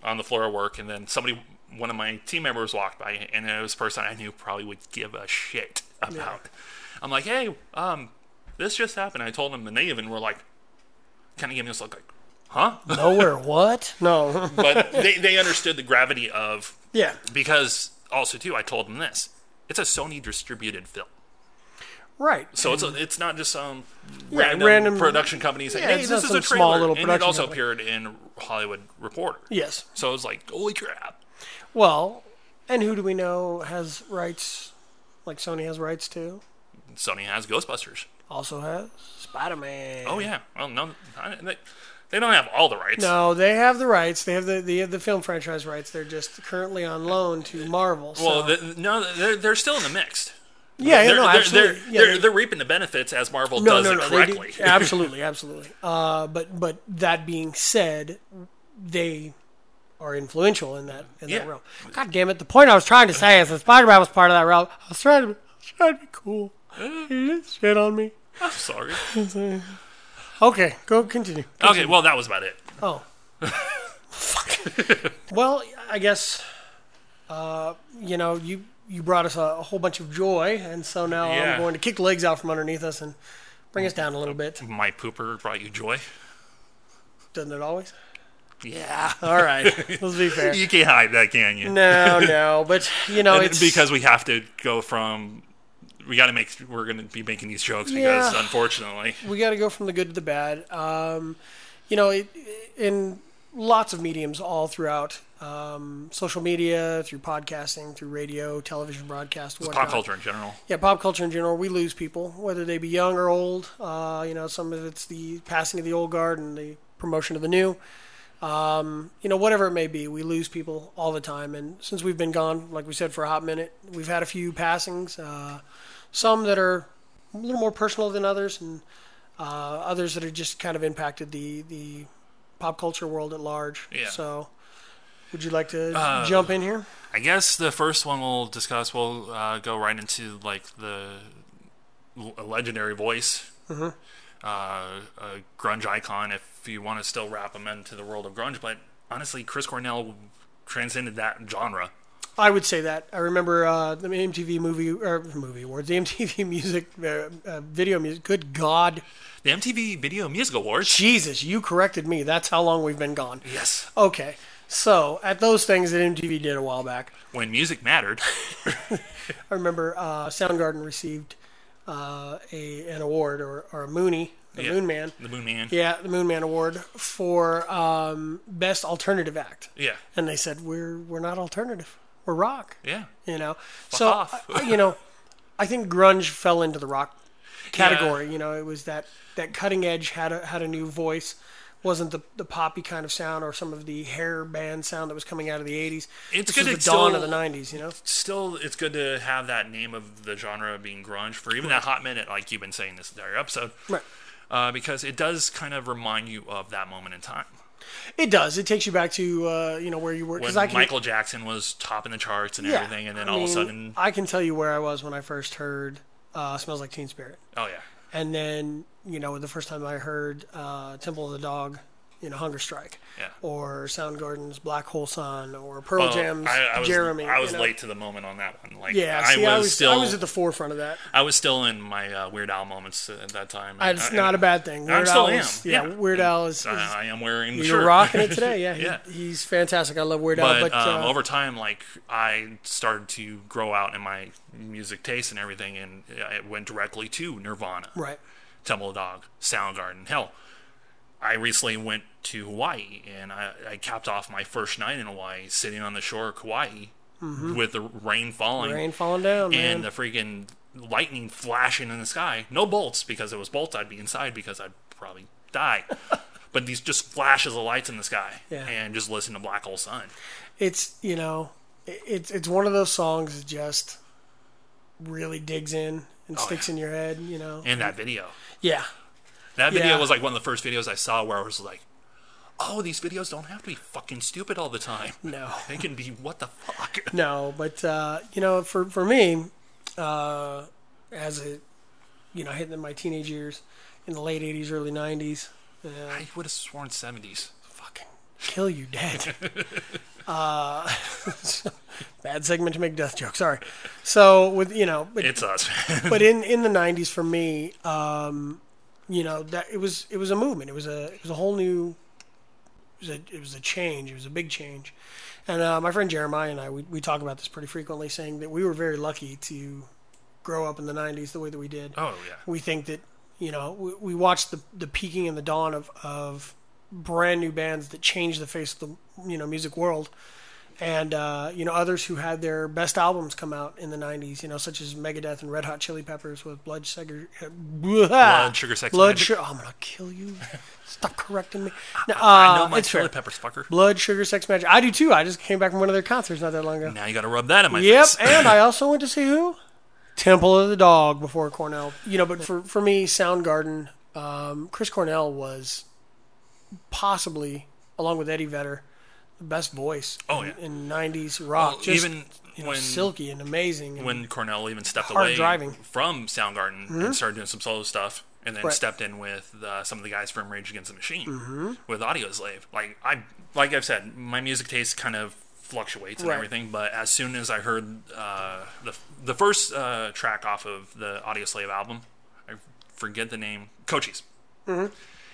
Speaker 3: on the floor of work, and then somebody, one of my team members, walked by, and it was a person I knew probably would give a shit about. I'm like, hey, um, this just happened. I told them, and they even were like, kind of gave me this look like, huh?
Speaker 2: Nowhere what? No.
Speaker 3: but they, they understood the gravity of
Speaker 2: yeah.
Speaker 3: because also too I told them this it's a Sony distributed film
Speaker 2: Right.
Speaker 3: so it's a, it's not just some
Speaker 2: Yeah,
Speaker 3: random,
Speaker 2: random-
Speaker 3: production company saying
Speaker 2: yeah,
Speaker 3: hey
Speaker 2: it's
Speaker 3: this
Speaker 2: not
Speaker 3: is a trailer
Speaker 2: some small little
Speaker 3: and it
Speaker 2: production
Speaker 3: also
Speaker 2: company.
Speaker 3: appeared in Hollywood Reporter
Speaker 2: Yes.
Speaker 3: so it was like holy crap
Speaker 2: Well, and who do we know has rights? Like Sony has rights to.
Speaker 3: Sony has Ghostbusters
Speaker 2: Also has Spider Man.
Speaker 3: oh yeah well no I- they, they don't have all the rights
Speaker 2: No, they have the rights. They have the they have the film franchise rights. They're just currently on loan to Marvel. So.
Speaker 3: well the, no they're, they're still in the mix
Speaker 2: yeah, yeah,
Speaker 3: they're,
Speaker 2: no,
Speaker 3: they're,
Speaker 2: absolutely.
Speaker 3: they're,
Speaker 2: Yeah,
Speaker 3: they're,
Speaker 2: they-
Speaker 3: they're reaping the benefits as Marvel
Speaker 2: no,
Speaker 3: does
Speaker 2: no,
Speaker 3: it
Speaker 2: no, they do-
Speaker 3: correctly
Speaker 2: absolutely, absolutely. Uh, but but that being said, they are influential in that in
Speaker 3: Yeah.
Speaker 2: that realm. God damn it! The point I was trying to say is that Spider Man was part of that realm. I was trying to, I was trying to be cool. You just shit on me.
Speaker 3: I'm sorry
Speaker 2: Okay, go continue.
Speaker 3: okay well that was about it
Speaker 2: Oh. Fuck. well, I guess uh, you know, you you brought us a, a whole bunch of joy and so now
Speaker 3: Yeah.
Speaker 2: I'm going to kick the legs out from underneath us and bring us down a little bit.
Speaker 3: my pooper brought you joy
Speaker 2: Doesn't it always?
Speaker 3: yeah
Speaker 2: All right. Let's be fair.
Speaker 3: You can't hide that, can you?
Speaker 2: No, no, but you know,
Speaker 3: And
Speaker 2: Oh, it's
Speaker 3: because we have to go from we got to make we're going to be making these jokes because
Speaker 2: Yeah.
Speaker 3: unfortunately,
Speaker 2: we got to go from the good to the bad. Um, you know, it, in lots of mediums, all throughout um, social media, through podcasting, through radio, television broadcast, whatnot.
Speaker 3: pop culture in general.
Speaker 2: Yeah, pop culture in general, we lose people, whether they be young or old. Uh, you know, some of it's the passing of the old guard and the promotion of the new. you know, whatever it may be, we lose people all the time. And since we've been gone, like we said, for a hot minute, we've had a few passings, uh, some that are a little more personal than others, and uh, others that have just kind of impacted the, the pop culture world at large.
Speaker 3: Yeah.
Speaker 2: So, would you like to jump in here?
Speaker 3: I guess the first one we'll discuss. We'll uh, go right into like the l- legendary voice,
Speaker 2: Mm-hmm.
Speaker 3: uh, a grunge icon. If you want to still wrap him into the world of grunge, but honestly, Chris Cornell transcended that genre.
Speaker 2: I would say that. I remember uh, the MTV movie or movie awards, the MTV music uh, uh, video music. Good God,
Speaker 3: The MTV Video Music Awards.
Speaker 2: Jesus! You corrected me. That's how long we've been gone.
Speaker 3: Yes,
Speaker 2: Okay, so at those things that MTV did a while back,
Speaker 3: when music mattered.
Speaker 2: I remember uh, Soundgarden received uh, a an award or, or a Mooney, a
Speaker 3: Yeah.
Speaker 2: Moon Man.
Speaker 3: The Moon Man.
Speaker 2: Yeah, the Moon Man Award for um, best alternative act.
Speaker 3: Yeah.
Speaker 2: And they said we're we're not alternative, we're rock.
Speaker 3: Yeah.
Speaker 2: you know. so
Speaker 3: off.
Speaker 2: I- you know, I think grunge fell into the rock category. You know, it was that that cutting edge had a, had a new voice. Wasn't the, the poppy kind of sound or some of the hair band sound that was coming out of the '80s?
Speaker 3: It's
Speaker 2: This
Speaker 3: good
Speaker 2: was
Speaker 3: it's
Speaker 2: the dawn
Speaker 3: still-
Speaker 2: of the '90s. You know,
Speaker 3: Still, it's good to have that name of the genre being grunge for even that hot minute, like you've been saying this entire episode,
Speaker 2: right?
Speaker 3: uh, because it does kind of remind you of that moment in time.
Speaker 2: It does. It takes you back to uh, you know where you were.
Speaker 3: when
Speaker 2: Because I can,
Speaker 3: Michael Jackson was topping the charts and
Speaker 2: yeah,
Speaker 3: everything, and then
Speaker 2: I
Speaker 3: all of a
Speaker 2: mean,
Speaker 3: sudden,
Speaker 2: I can tell you where I was when I first heard uh, "Smells Like Teen Spirit."
Speaker 3: oh yeah,
Speaker 2: and then you know the first time I heard uh, Temple of the Dog, you know Hunger Strike,
Speaker 3: Yeah.
Speaker 2: or Soundgarden's Black Hole Sun, or Pearl
Speaker 3: Oh,
Speaker 2: Jam's
Speaker 3: I, I was,
Speaker 2: Jeremy.
Speaker 3: I
Speaker 2: you
Speaker 3: was
Speaker 2: know.
Speaker 3: late to the moment on that one. Like,
Speaker 2: Yeah, see,
Speaker 3: I was,
Speaker 2: I was,
Speaker 3: still,
Speaker 2: I was at the forefront of that.
Speaker 3: still in my uh, Weird Al moments at that time. and
Speaker 2: It's
Speaker 3: I-
Speaker 2: not a bad thing.
Speaker 3: I
Speaker 2: Weird
Speaker 3: still
Speaker 2: Al
Speaker 3: am.
Speaker 2: is- yeah,
Speaker 3: yeah.
Speaker 2: Weird Al is. is
Speaker 3: I, I am wearing. the
Speaker 2: you're
Speaker 3: shirt.
Speaker 2: rocking it today. Yeah, he,
Speaker 3: Yeah.
Speaker 2: he's fantastic. I love Weird Al,
Speaker 3: But,
Speaker 2: but
Speaker 3: um,
Speaker 2: uh,
Speaker 3: over time, like I started to grow out in my music taste and everything, and it went directly to Nirvana.
Speaker 2: right.
Speaker 3: Temple of the Dog, Soundgarden. Hell, I recently went to Hawaii and I, I capped off my first night in Hawaii sitting on the shore of Kauai with the rain falling
Speaker 2: Mm-hmm. Rain falling down, man.
Speaker 3: and the freaking lightning flashing in the sky. No bolts because if it was bolts, I'd be inside because I'd probably die. but these just flashes of lights in the sky
Speaker 2: Yeah.
Speaker 3: and just listen to Black Hole Sun.
Speaker 2: it's you know it- it's it's one of those songs that just really digs in and sticks
Speaker 3: Oh, yeah.
Speaker 2: in your head. You know.
Speaker 3: And that video.
Speaker 2: yeah.
Speaker 3: That video
Speaker 2: Yeah.
Speaker 3: was like one of the first videos I saw where I was like, oh, these videos don't have to be fucking stupid all the time.
Speaker 2: No.
Speaker 3: They can be what the fuck.
Speaker 2: No, but uh, you know, for for me, uh, as a you know, hitting my teenage years in the late '80s, early '90s, uh,
Speaker 3: I would have sworn 70s.
Speaker 2: fucking kill you dead. uh, bad segment to make death joke. Sorry. So with you know, but
Speaker 3: It's us.
Speaker 2: but in in the '90s for me, um, you know, that it was it was a movement. It was a it was a whole new. It was a, it was a change. It was a big change. And uh, my friend Jeremiah and I, we, we talk about this pretty frequently, saying that we were very lucky to grow up in the '90s the way that we did.
Speaker 3: oh, yeah.
Speaker 2: We think that you know we, we watched the the peaking and the dawn of of brand new bands that changed the face of the you know music world, and uh, you know others who had their best albums come out in the '90s. You know, such as Megadeth and Red Hot Chili Peppers with Blood Sugar, Blood
Speaker 3: Sugar Sex
Speaker 2: Blood
Speaker 3: Magic.
Speaker 2: Sugar. I'm gonna kill you. Stop correcting me. No, uh,
Speaker 3: I know my
Speaker 2: it's fair.
Speaker 3: chili peppers, fucker.
Speaker 2: Blood Sugar Sex Magic. I do too. I just came back from one of their concerts not that long ago.
Speaker 3: Now you got to rub that in my
Speaker 2: Yep,
Speaker 3: face.
Speaker 2: and I also went to see who? Temple of the Dog before Cornell. You know, but for, for me, Soundgarden, um, Chris Cornell was possibly, along with Eddie Vedder, the best voice
Speaker 3: Oh,
Speaker 2: in,
Speaker 3: yeah.
Speaker 2: in 90s rock.
Speaker 3: Well,
Speaker 2: Just,
Speaker 3: even
Speaker 2: you know,
Speaker 3: when-
Speaker 2: silky and amazing. and-
Speaker 3: When Cornell even stepped
Speaker 2: Hard
Speaker 3: away
Speaker 2: driving. Mm-hmm.
Speaker 3: from Soundgarden and started doing some solo stuff, and then
Speaker 2: Right. Mm-hmm.
Speaker 3: stepped in with uh, some of the guys from Rage Against the Machine with Audio Slave. Like I, like I've said, my music taste kind of fluctuates and
Speaker 2: Right.
Speaker 3: everything. But as soon as I heard uh, the the first uh, track off of the Audio Slave album, I forget the name, Cochise.
Speaker 2: Mm-hmm.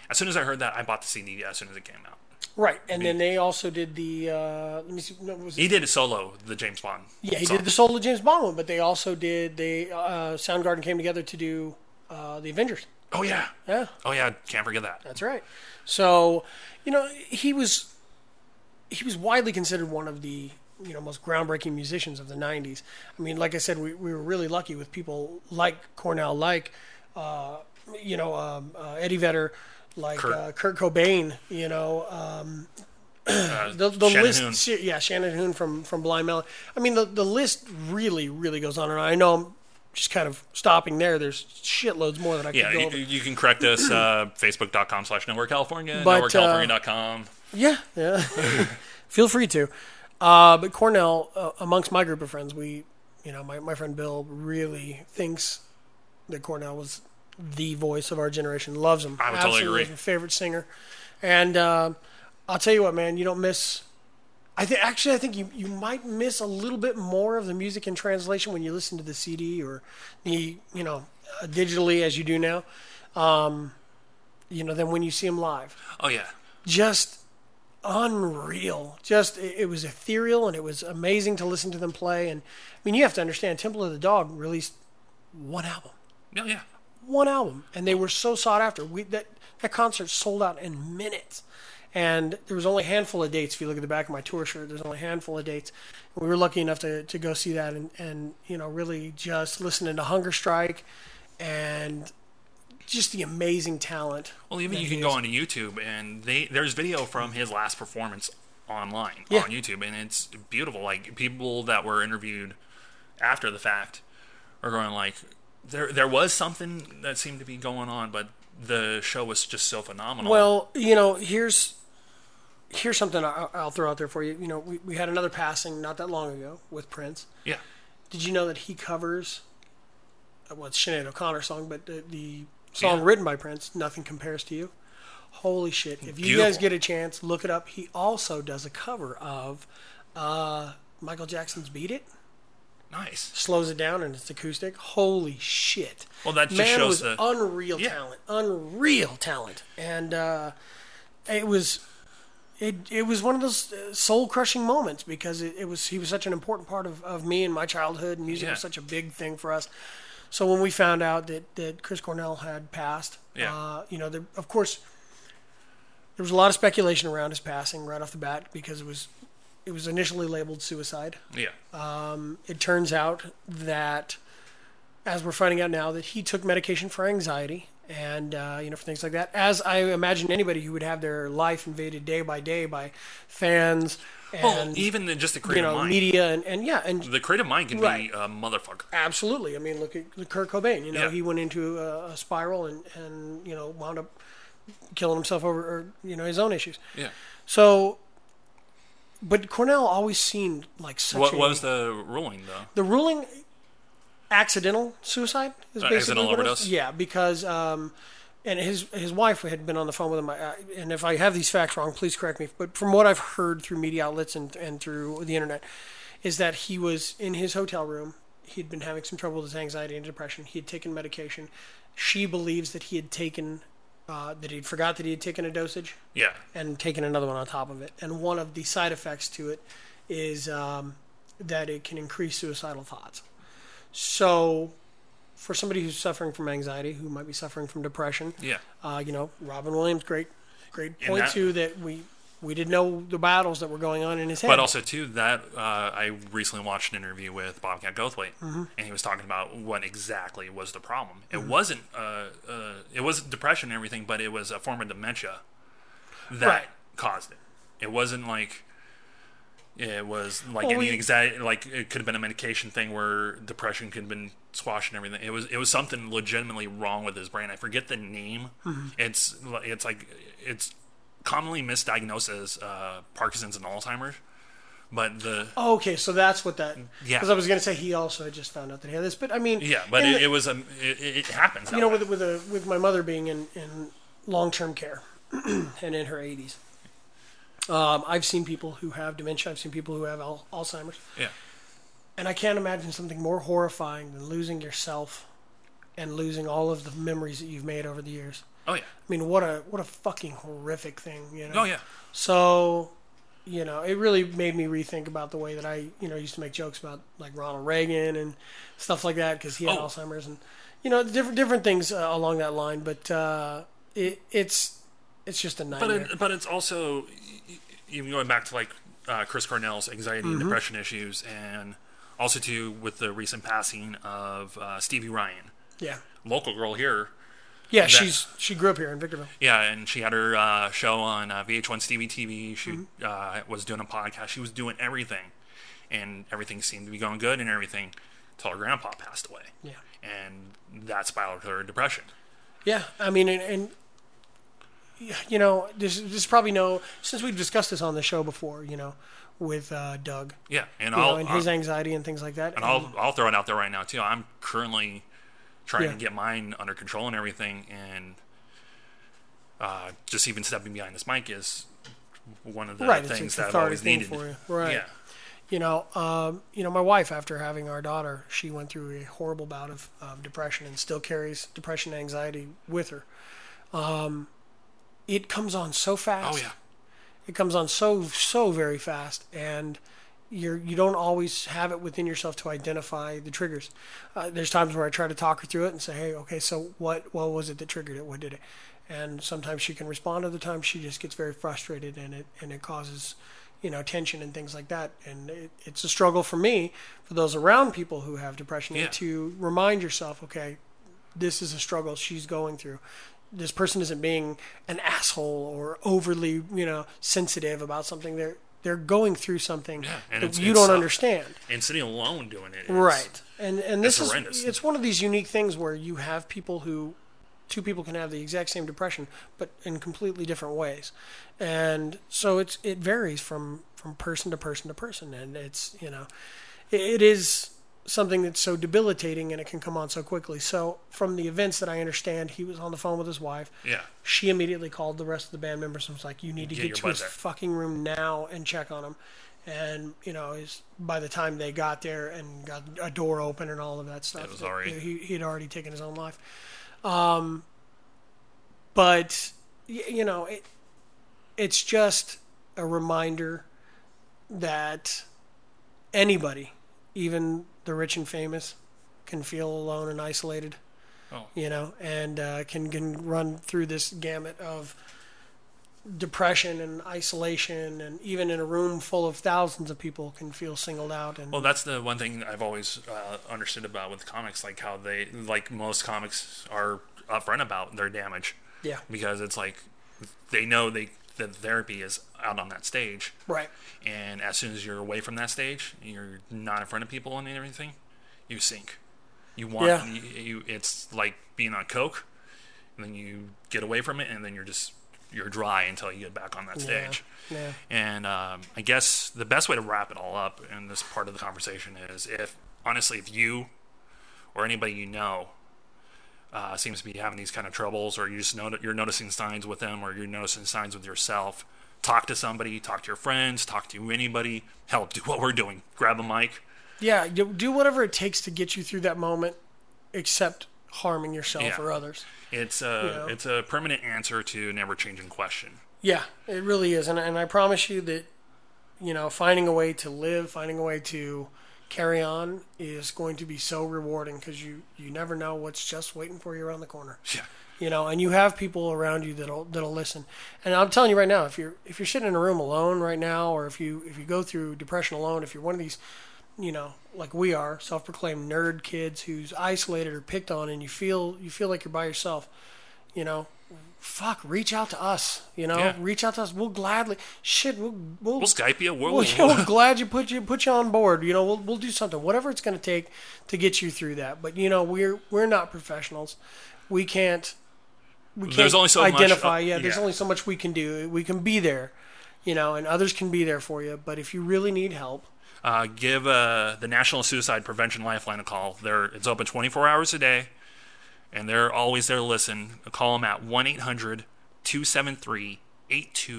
Speaker 3: As soon as I heard that, I bought the CD as soon as it came out.
Speaker 2: right, and then they also did the, uh, let me see, no, was it?
Speaker 3: He did a solo, the James Bond.
Speaker 2: Yeah, he
Speaker 3: song.
Speaker 2: did the solo James Bond one, but they also did, they, uh, Soundgarden came together to do uh, the Avengers.
Speaker 3: Oh yeah.
Speaker 2: Yeah.
Speaker 3: Oh yeah. Can't forget that.
Speaker 2: That's right. So, you know, he was he was widely considered one of the you know most groundbreaking musicians of the '90s. I mean, like I said, we, we were really lucky with people like Cornell, like uh, you know um, uh, Eddie Vedder, like
Speaker 3: Kurt.
Speaker 2: Uh, Kurt Cobain. You know, um,
Speaker 3: uh,
Speaker 2: the, the
Speaker 3: Shannon
Speaker 2: list,
Speaker 3: Hoon.
Speaker 2: se- yeah, Shannon Hoon from from Blind Melon. I mean, the the list really, really goes on and on. I know I'm just kind of stopping there. There's shitloads more that I
Speaker 3: Yeah,
Speaker 2: could go
Speaker 3: you,
Speaker 2: over.
Speaker 3: you can correct us. Uh, Facebook.com slash Nowhere California,
Speaker 2: But, uh,
Speaker 3: NowhereCalifornia.com.
Speaker 2: Yeah, yeah. Feel free to. Uh, but Cornell, uh, amongst my group of friends, we, you know, my, my friend Bill really thinks that Cornell was the voice of our generation. Loves him.
Speaker 3: I would totally agree.
Speaker 2: is my favorite singer, and uh, I'll tell you what, man, you don't miss. I think actually, I think you you might miss a little bit more of the music in translation when you listen to the CD or the you know uh, digitally as you do now. Um, you know, than when you see him live
Speaker 3: oh, yeah.
Speaker 2: just unreal. Just it, it was ethereal and it was amazing to listen to them play. And I mean, you have to understand, Temple of the Dog released one album,
Speaker 3: No, Oh, yeah.
Speaker 2: one album, and they were so sought after. We that that concert sold out in minutes. And there was only a handful of dates. If you look at the back of my tour shirt, there's only a handful of dates. We were lucky enough to, to go see that and, and, you know, really just listening to Hunger Strike and just the amazing talent.
Speaker 3: Well, even you can go onto YouTube and they there's video from his last performance online
Speaker 2: Yeah.
Speaker 3: on YouTube, and it's beautiful. Like people that were interviewed after the fact are going like, there there was something that seemed to be going on, but the show was just so phenomenal.
Speaker 2: Well, you know, here's here's something I- I'll throw out there for you. You know, we, we had another passing not that long ago with Prince.
Speaker 3: yeah,
Speaker 2: Did you know that he covers uh, well, it's Sinead O'Connor song, but the, the song
Speaker 3: Yeah.
Speaker 2: written by Prince, "Nothing Compares to You." Holy shit! If you guys
Speaker 3: Beautiful.
Speaker 2: get a chance, look it up. He also does a cover of uh, Michael Jackson's "Beat It."
Speaker 3: nice.
Speaker 2: Slows it down and it's acoustic. Holy shit!
Speaker 3: Well, that just
Speaker 2: Man
Speaker 3: shows
Speaker 2: was
Speaker 3: the-
Speaker 2: unreal
Speaker 3: Yeah.
Speaker 2: talent, unreal talent, and uh, it was it it was one of those soul crushing moments because it, it was he was such an important part of, of me and my childhood. And music
Speaker 3: Yeah.
Speaker 2: was such a big thing for us. So when we found out that that Chris Cornell had passed,
Speaker 3: Yeah.
Speaker 2: uh, you know, there, of course, there was a lot of speculation around his passing right off the bat because it was it was initially labeled suicide
Speaker 3: Yeah,
Speaker 2: it turns out that as we're finding out now that he took medication for anxiety and uh, you know for things like that as i imagine anybody who would have their life invaded day by day by fans and
Speaker 3: well, Oh, even the, just the
Speaker 2: you
Speaker 3: creative
Speaker 2: know
Speaker 3: mind,
Speaker 2: media and, and yeah and
Speaker 3: the creative mind can
Speaker 2: Right.
Speaker 3: be a motherfucker.
Speaker 2: Absolutely. I mean, look at look at Kurt Cobain. You know,
Speaker 3: Yeah.
Speaker 2: he went into a, a spiral and and you know wound up killing himself over or, you know his own issues.
Speaker 3: Yeah.
Speaker 2: So, but Cornell always seemed like such.
Speaker 3: What
Speaker 2: a,
Speaker 3: was the ruling though?
Speaker 2: the ruling? Accidental suicide is
Speaker 3: Uh,
Speaker 2: basically
Speaker 3: accidental
Speaker 2: what it was.
Speaker 3: overdose?
Speaker 2: Yeah, because um, and his his wife had been on the phone with him. I, I- and if I have these facts wrong, please correct me. But from what I've heard through media outlets and and through the internet, is that he was in his hotel room. He'd been having some trouble with his anxiety and depression. He had taken medication. She believes that he had taken uh, that he'd forgot that he had taken a dosage
Speaker 3: Yeah,
Speaker 2: and taking another one on top of it. And one of the side effects to it is um, that it can increase suicidal thoughts. So, for somebody who's suffering from anxiety, who might be suffering from depression,
Speaker 3: yeah,
Speaker 2: uh, you know, Robin Williams, great, great
Speaker 3: And
Speaker 2: point
Speaker 3: that-
Speaker 2: too that we we didn't know the battles that were going on in his head.
Speaker 3: But also too that uh, I recently watched an interview with Bobcat Gothwaite, and he was talking about what exactly was the problem. It wasn't uh, uh, it was depression and everything, but it was a form of dementia that
Speaker 2: Right.
Speaker 3: caused it. It wasn't like it was like
Speaker 2: Well, we-
Speaker 3: any exact like it could have been a medication thing where depression could have been squashed and everything. It was it was something legitimately wrong with his brain. I forget the name.
Speaker 2: Uh-huh.
Speaker 3: It's it's like it's commonly misdiagnosed as uh, Parkinson's and Alzheimer's. But the
Speaker 2: Oh, okay, so that's what that.
Speaker 3: Yeah.
Speaker 2: Because I was going to say he also had just found out that he had this, but I mean,
Speaker 3: yeah, but
Speaker 2: in
Speaker 3: it,
Speaker 2: the-
Speaker 3: it was um, it, it it happens. that
Speaker 2: you know,
Speaker 3: way.
Speaker 2: with with a, with my mother being in in long term care and in her eighties, um, I've seen people who have dementia. I've seen people who have al- Alzheimer's,
Speaker 3: yeah,
Speaker 2: and I can't imagine something more horrifying than losing yourself and losing all of the memories that you've made over the years.
Speaker 3: oh yeah,
Speaker 2: I mean, what a what a fucking horrific thing, you know.
Speaker 3: oh yeah,
Speaker 2: So, you know, it really made me rethink about the way that I, you know, used to make jokes about like Ronald Reagan and stuff like that because he had
Speaker 3: Oh.
Speaker 2: Alzheimer's and you know different different things uh, along that line. But uh, it it's it's just a
Speaker 3: but
Speaker 2: nightmare.
Speaker 3: it, but it's also e- even going back to like uh, Chris Cornell's anxiety
Speaker 2: Mm-hmm.
Speaker 3: and depression issues, and also too with the recent passing of uh, Stevie Ryan,
Speaker 2: yeah,
Speaker 3: local girl here,
Speaker 2: Yeah, she's she grew up here in Victorville.
Speaker 3: Yeah, and she had her uh, show on uh, VH1 Stevie TV. She
Speaker 2: Mm-hmm.
Speaker 3: uh, was doing a podcast. She was doing everything, and everything seemed to be going good and everything. Till her grandpa passed away.
Speaker 2: Yeah.
Speaker 3: and that spiraled her depression.
Speaker 2: Yeah, I mean, and, and yeah, you know, there's, there's probably no since we've discussed this on the show before, you know, with uh, Doug,
Speaker 3: Yeah, and uh,
Speaker 2: you know,
Speaker 3: I'll
Speaker 2: and
Speaker 3: I'll,
Speaker 2: his anxiety and things like that.
Speaker 3: and I'll I'll throw it out there right now too. I'm currently trying
Speaker 2: Mm. Yeah.
Speaker 3: to get mine under control and everything, and uh, just even stepping behind this mic is one of the
Speaker 2: Right, it's-
Speaker 3: things
Speaker 2: it's a
Speaker 3: that I've
Speaker 2: cathartic
Speaker 3: always
Speaker 2: thing
Speaker 3: needed.
Speaker 2: for you. Right.
Speaker 3: Yeah.
Speaker 2: you know, um, you know, my wife after having our daughter, she went through a horrible bout of um, depression and still carries depression and anxiety with her. Um, it comes on so fast.
Speaker 3: Oh yeah.
Speaker 2: it comes on so so very fast and you're you don't always have it within yourself to identify the triggers uh, there's times where i try to talk her through it and say hey okay so what what was it that triggered it what did it and sometimes she can respond other times she just gets very frustrated and it and it causes you know tension and things like that and it, it's a struggle for me for those around people who have depression
Speaker 3: Yeah.
Speaker 2: to remind yourself okay this is a struggle she's going through. This person isn't being an asshole or overly, you know, sensitive about something. They're they're going through something
Speaker 3: and
Speaker 2: that
Speaker 3: it's-
Speaker 2: you
Speaker 3: it's
Speaker 2: don't
Speaker 3: not-
Speaker 2: understand.
Speaker 3: And sitting alone doing it. Is,
Speaker 2: Right. And and this
Speaker 3: It's
Speaker 2: is
Speaker 3: horrendous.
Speaker 2: it's one of these unique things where you have people who two people can have the exact same depression but in completely different ways. And so it's it varies from from person to person to person and it's, you know, it, it is something that's so debilitating and it can come on so quickly. So from the events that I understand, he was on the phone with his wife.
Speaker 3: Yeah.
Speaker 2: She immediately called the rest of the band members and was like, "You need to
Speaker 3: Get
Speaker 2: get,
Speaker 3: your
Speaker 2: to
Speaker 3: butt
Speaker 2: his
Speaker 3: there."
Speaker 2: fucking room now and check on him." And you know, his, by the time they got there and got a door open and all of that stuff,
Speaker 3: It was already-
Speaker 2: he he had already taken his own life. Um, but y- you know, it it's just a reminder that anybody, even the rich and famous, can feel alone and isolated
Speaker 3: Oh.
Speaker 2: you know, and uh, can can run through this gamut of depression and isolation, and even in a room full of thousands of people, can feel singled out. And
Speaker 3: Well, that's the one thing I've always uh, understood about with comics, like how they, like most comics, are upfront about their damage
Speaker 2: yeah,
Speaker 3: because it's like they know they that therapy is out on that stage,
Speaker 2: right,
Speaker 3: and as soon as you're away from that stage, you're not in front of people and everything, you sink. You want
Speaker 2: Yeah.
Speaker 3: you, you. It's like being on coke, and then you get away from it, and then you're just you're dry until you get back on that stage.
Speaker 2: yeah,
Speaker 3: And um, I guess the best way to wrap it all up in this part of the conversation is if, honestly, if you or anybody you know uh, seems to be having these kind of troubles, or you just know you're noticing signs with them, or you're noticing signs with yourself, talk to somebody, talk to your friends, talk to anybody. Hell, do what we're doing. Grab a mic.
Speaker 2: yeah. Do, do whatever it takes to get you through that moment, except harming yourself
Speaker 3: Yeah.
Speaker 2: or others.
Speaker 3: It's a
Speaker 2: know.
Speaker 3: it's a permanent answer to an ever changing question.
Speaker 2: Yeah, it really is, and and I promise you that, you know, finding a way to live, finding a way to carry on is going to be so rewarding because you you never know what's just waiting for you around the corner.
Speaker 3: Yeah.
Speaker 2: you know, and you have people around you that'll that'll listen. And I'm telling you right now, if you're if you're sitting in a room alone right now, or if you if you go through depression alone, if you're one of these, you know, like we are, self-proclaimed nerd kids who's isolated or picked on, and you feel you feel like you're by yourself, you know, fuck, reach out to us. You know,
Speaker 3: Yeah.
Speaker 2: Oh, reach out to us. We'll gladly shit. We'll we'll,
Speaker 3: We'll Skype you. We'll,
Speaker 2: well, yeah, we're glad you put you put you on board. You know, we'll we'll do something, whatever it's going to take to get you through that. But you know, we're we're not professionals. We can't. We can't
Speaker 3: There's only so much, uh,
Speaker 2: identify. yeah, there's
Speaker 3: yeah.
Speaker 2: only so much we can do. We can be there, you know, and others can be there for you. But if you really need help,
Speaker 3: uh, give uh, the National Suicide Prevention Lifeline a call. They're, it's open 24 hours a day, and they're always there to listen. Call them at 1 800 273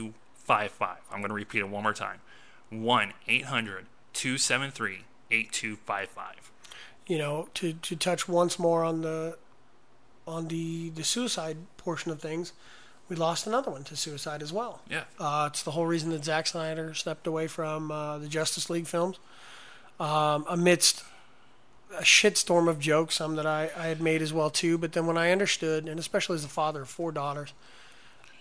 Speaker 3: 8255. I'm going to repeat it one more time 1 800 273 8255.
Speaker 2: you know, to to touch once more on the on the the suicide portion of things, we lost another one to suicide as well.
Speaker 3: Yeah.
Speaker 2: Uh, it's the whole reason that Zack Snyder stepped away from uh, the Justice League films, um, amidst a shitstorm of jokes, some that I, I had made as well too. But then when I understood, and especially as a father of four daughters,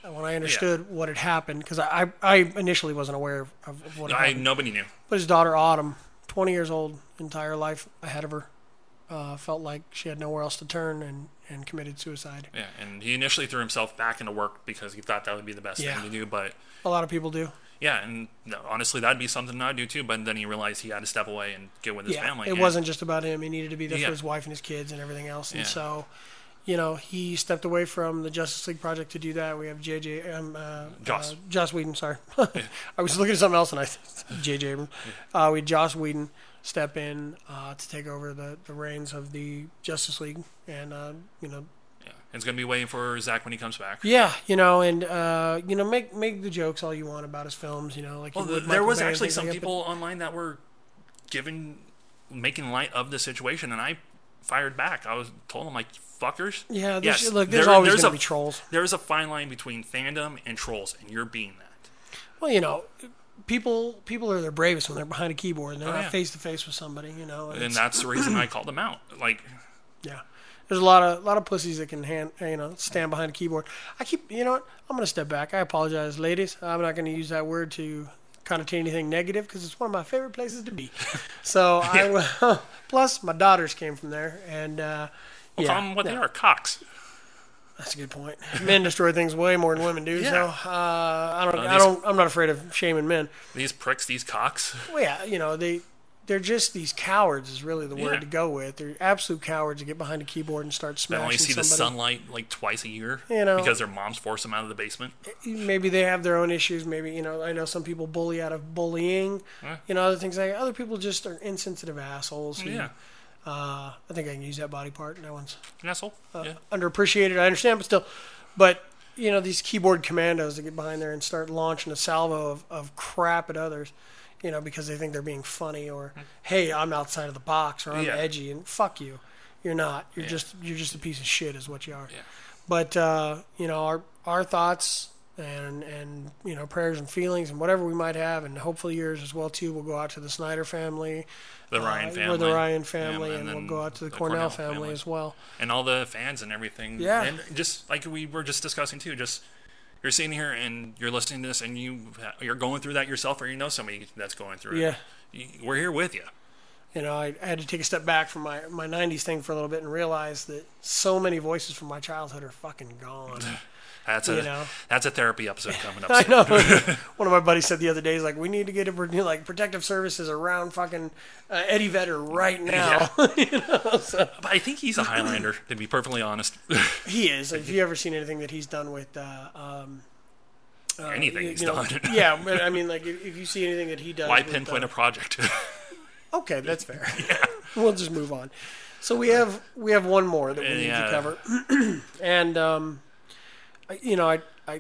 Speaker 2: uh, when I understood what had happened, because I, I, I initially wasn't aware of, of what had
Speaker 3: I,
Speaker 2: happened.
Speaker 3: nobody knew.
Speaker 2: But his daughter Autumn, 20 years old, entire life ahead of her, uh, felt like she had nowhere else to turn and, and committed suicide.
Speaker 3: Yeah, and he initially threw himself back into work because he thought that would be the best
Speaker 2: Yeah.
Speaker 3: thing to do. But
Speaker 2: A lot of people do.
Speaker 3: yeah, and no, honestly, that'd be something I'd do too. But then he realized he had to step away and get with his
Speaker 2: yeah,
Speaker 3: family.
Speaker 2: It
Speaker 3: and-
Speaker 2: wasn't just about him. He needed to be there
Speaker 3: Yeah.
Speaker 2: for his wife and his kids and everything else. And
Speaker 3: Yeah.
Speaker 2: so, you know, he stepped away from the Justice League project to do that. We have JJ, um, uh,
Speaker 3: Joss.
Speaker 2: uh, Joss Whedon. Sorry, I was looking at something else and I JJ Abrams. Uh, we had Joss Whedon step in uh, to take over the the reins of the Justice League, and uh, you know,
Speaker 3: Yeah. It's gonna be waiting for Zach when he comes back.
Speaker 2: yeah, you know, and uh, you know, make make the jokes all you want about his films. You know, like you
Speaker 3: Well,
Speaker 2: would
Speaker 3: there
Speaker 2: Michael
Speaker 3: was
Speaker 2: Bay and
Speaker 3: actually
Speaker 2: things
Speaker 3: some
Speaker 2: like that, but-
Speaker 3: people online that were giving, making light of the situation, and I fired back. I was told them like, "Fuckers."
Speaker 2: Yeah, there's, look, there's always going to be trolls.
Speaker 3: There is a fine line between fandom and trolls, and you're being that.
Speaker 2: Well, you know, people people are their bravest when they're behind a keyboard and they're
Speaker 3: Oh, yeah.
Speaker 2: not face to face with somebody. You know, and
Speaker 3: And
Speaker 2: it's-
Speaker 3: that's the reason I called them out. Like,
Speaker 2: yeah. There's a lot of lot of pussies that can hand you know stand behind a keyboard. I keep you know what I'm gonna step back. I apologize, ladies. I'm not gonna use that word to connotate anything negative because it's one of my favorite places to be. So I will. plus, my daughters came from there, and uh,
Speaker 3: we'll
Speaker 2: yeah,
Speaker 3: call them what
Speaker 2: no,
Speaker 3: they are, cocks.
Speaker 2: That's a good point. Men destroy things way more than women do.
Speaker 3: Yeah.
Speaker 2: So uh, I don't. I
Speaker 3: these-
Speaker 2: don't. I'm not afraid of shaming men.
Speaker 3: These pricks, these cocks.
Speaker 2: Well, yeah, you know they they're just these cowards is really the word
Speaker 3: Yeah.
Speaker 2: to go with. They're absolute cowards to get behind a keyboard and start
Speaker 3: They
Speaker 2: smashing
Speaker 3: only see the
Speaker 2: somebody.
Speaker 3: sunlight like twice a year
Speaker 2: You know.
Speaker 3: because their moms force them out of the basement.
Speaker 2: Maybe they have their own issues. Maybe you know I know some people bully out of bullying. You know other things like other people just are insensitive assholes. who,
Speaker 3: Yeah,
Speaker 2: uh, I think I can use that body part. That one's
Speaker 3: An asshole.
Speaker 2: Uh,
Speaker 3: yeah.
Speaker 2: underappreciated. I understand, but still, but you know these keyboard commandos that get behind there and start launching a salvo of, of crap at others, you know, because they think they're being funny or hey, I'm outside of the box or I'm
Speaker 3: Mm-hmm. Yeah.
Speaker 2: edgy and fuck you, you're not. You're just you're just a piece of shit is what you are. But uh, you know our our thoughts. And, and you know prayers and feelings and whatever we might have and hopefully yours as well too will go out to the Snyder family,
Speaker 3: The Ryan
Speaker 2: uh,
Speaker 3: family.
Speaker 2: or the Ryan
Speaker 3: Yeah,
Speaker 2: family, and,
Speaker 3: then
Speaker 2: we'll go out to the, Cornell, family, as well.
Speaker 3: and all the fans and everything.
Speaker 2: Yeah.
Speaker 3: and just like we were just discussing too, just you're sitting here and you're listening to this, and you you're going through that yourself, or you know somebody that's going through
Speaker 2: Yeah.
Speaker 3: it. Yeah, we're here with you.
Speaker 2: you know, I, I had to take a step back from my, my 90s thing for a little bit and realize that so many voices from my childhood are fucking gone.
Speaker 3: That's a
Speaker 2: You know.
Speaker 3: that's a therapy episode coming up.
Speaker 2: I
Speaker 3: soon.
Speaker 2: know. One of my buddies said the other day, he's like, we need to get a, like protective services around fucking uh, Eddie Vedder right now.
Speaker 3: But I think he's a Highlander, to be perfectly honest.
Speaker 2: Uh, he is. If you ever seen anything that he's done with, uh, um,
Speaker 3: Anything
Speaker 2: you-
Speaker 3: he's
Speaker 2: you know,
Speaker 3: done.
Speaker 2: yeah, but I mean, like if, if you see anything that he does,
Speaker 3: Why
Speaker 2: with,
Speaker 3: pinpoint
Speaker 2: uh,
Speaker 3: a project?
Speaker 2: Okay, that's fair. we'll just move on. So we have we have one more that we need
Speaker 3: Yeah.
Speaker 2: to cover, and um, I- you know, I, I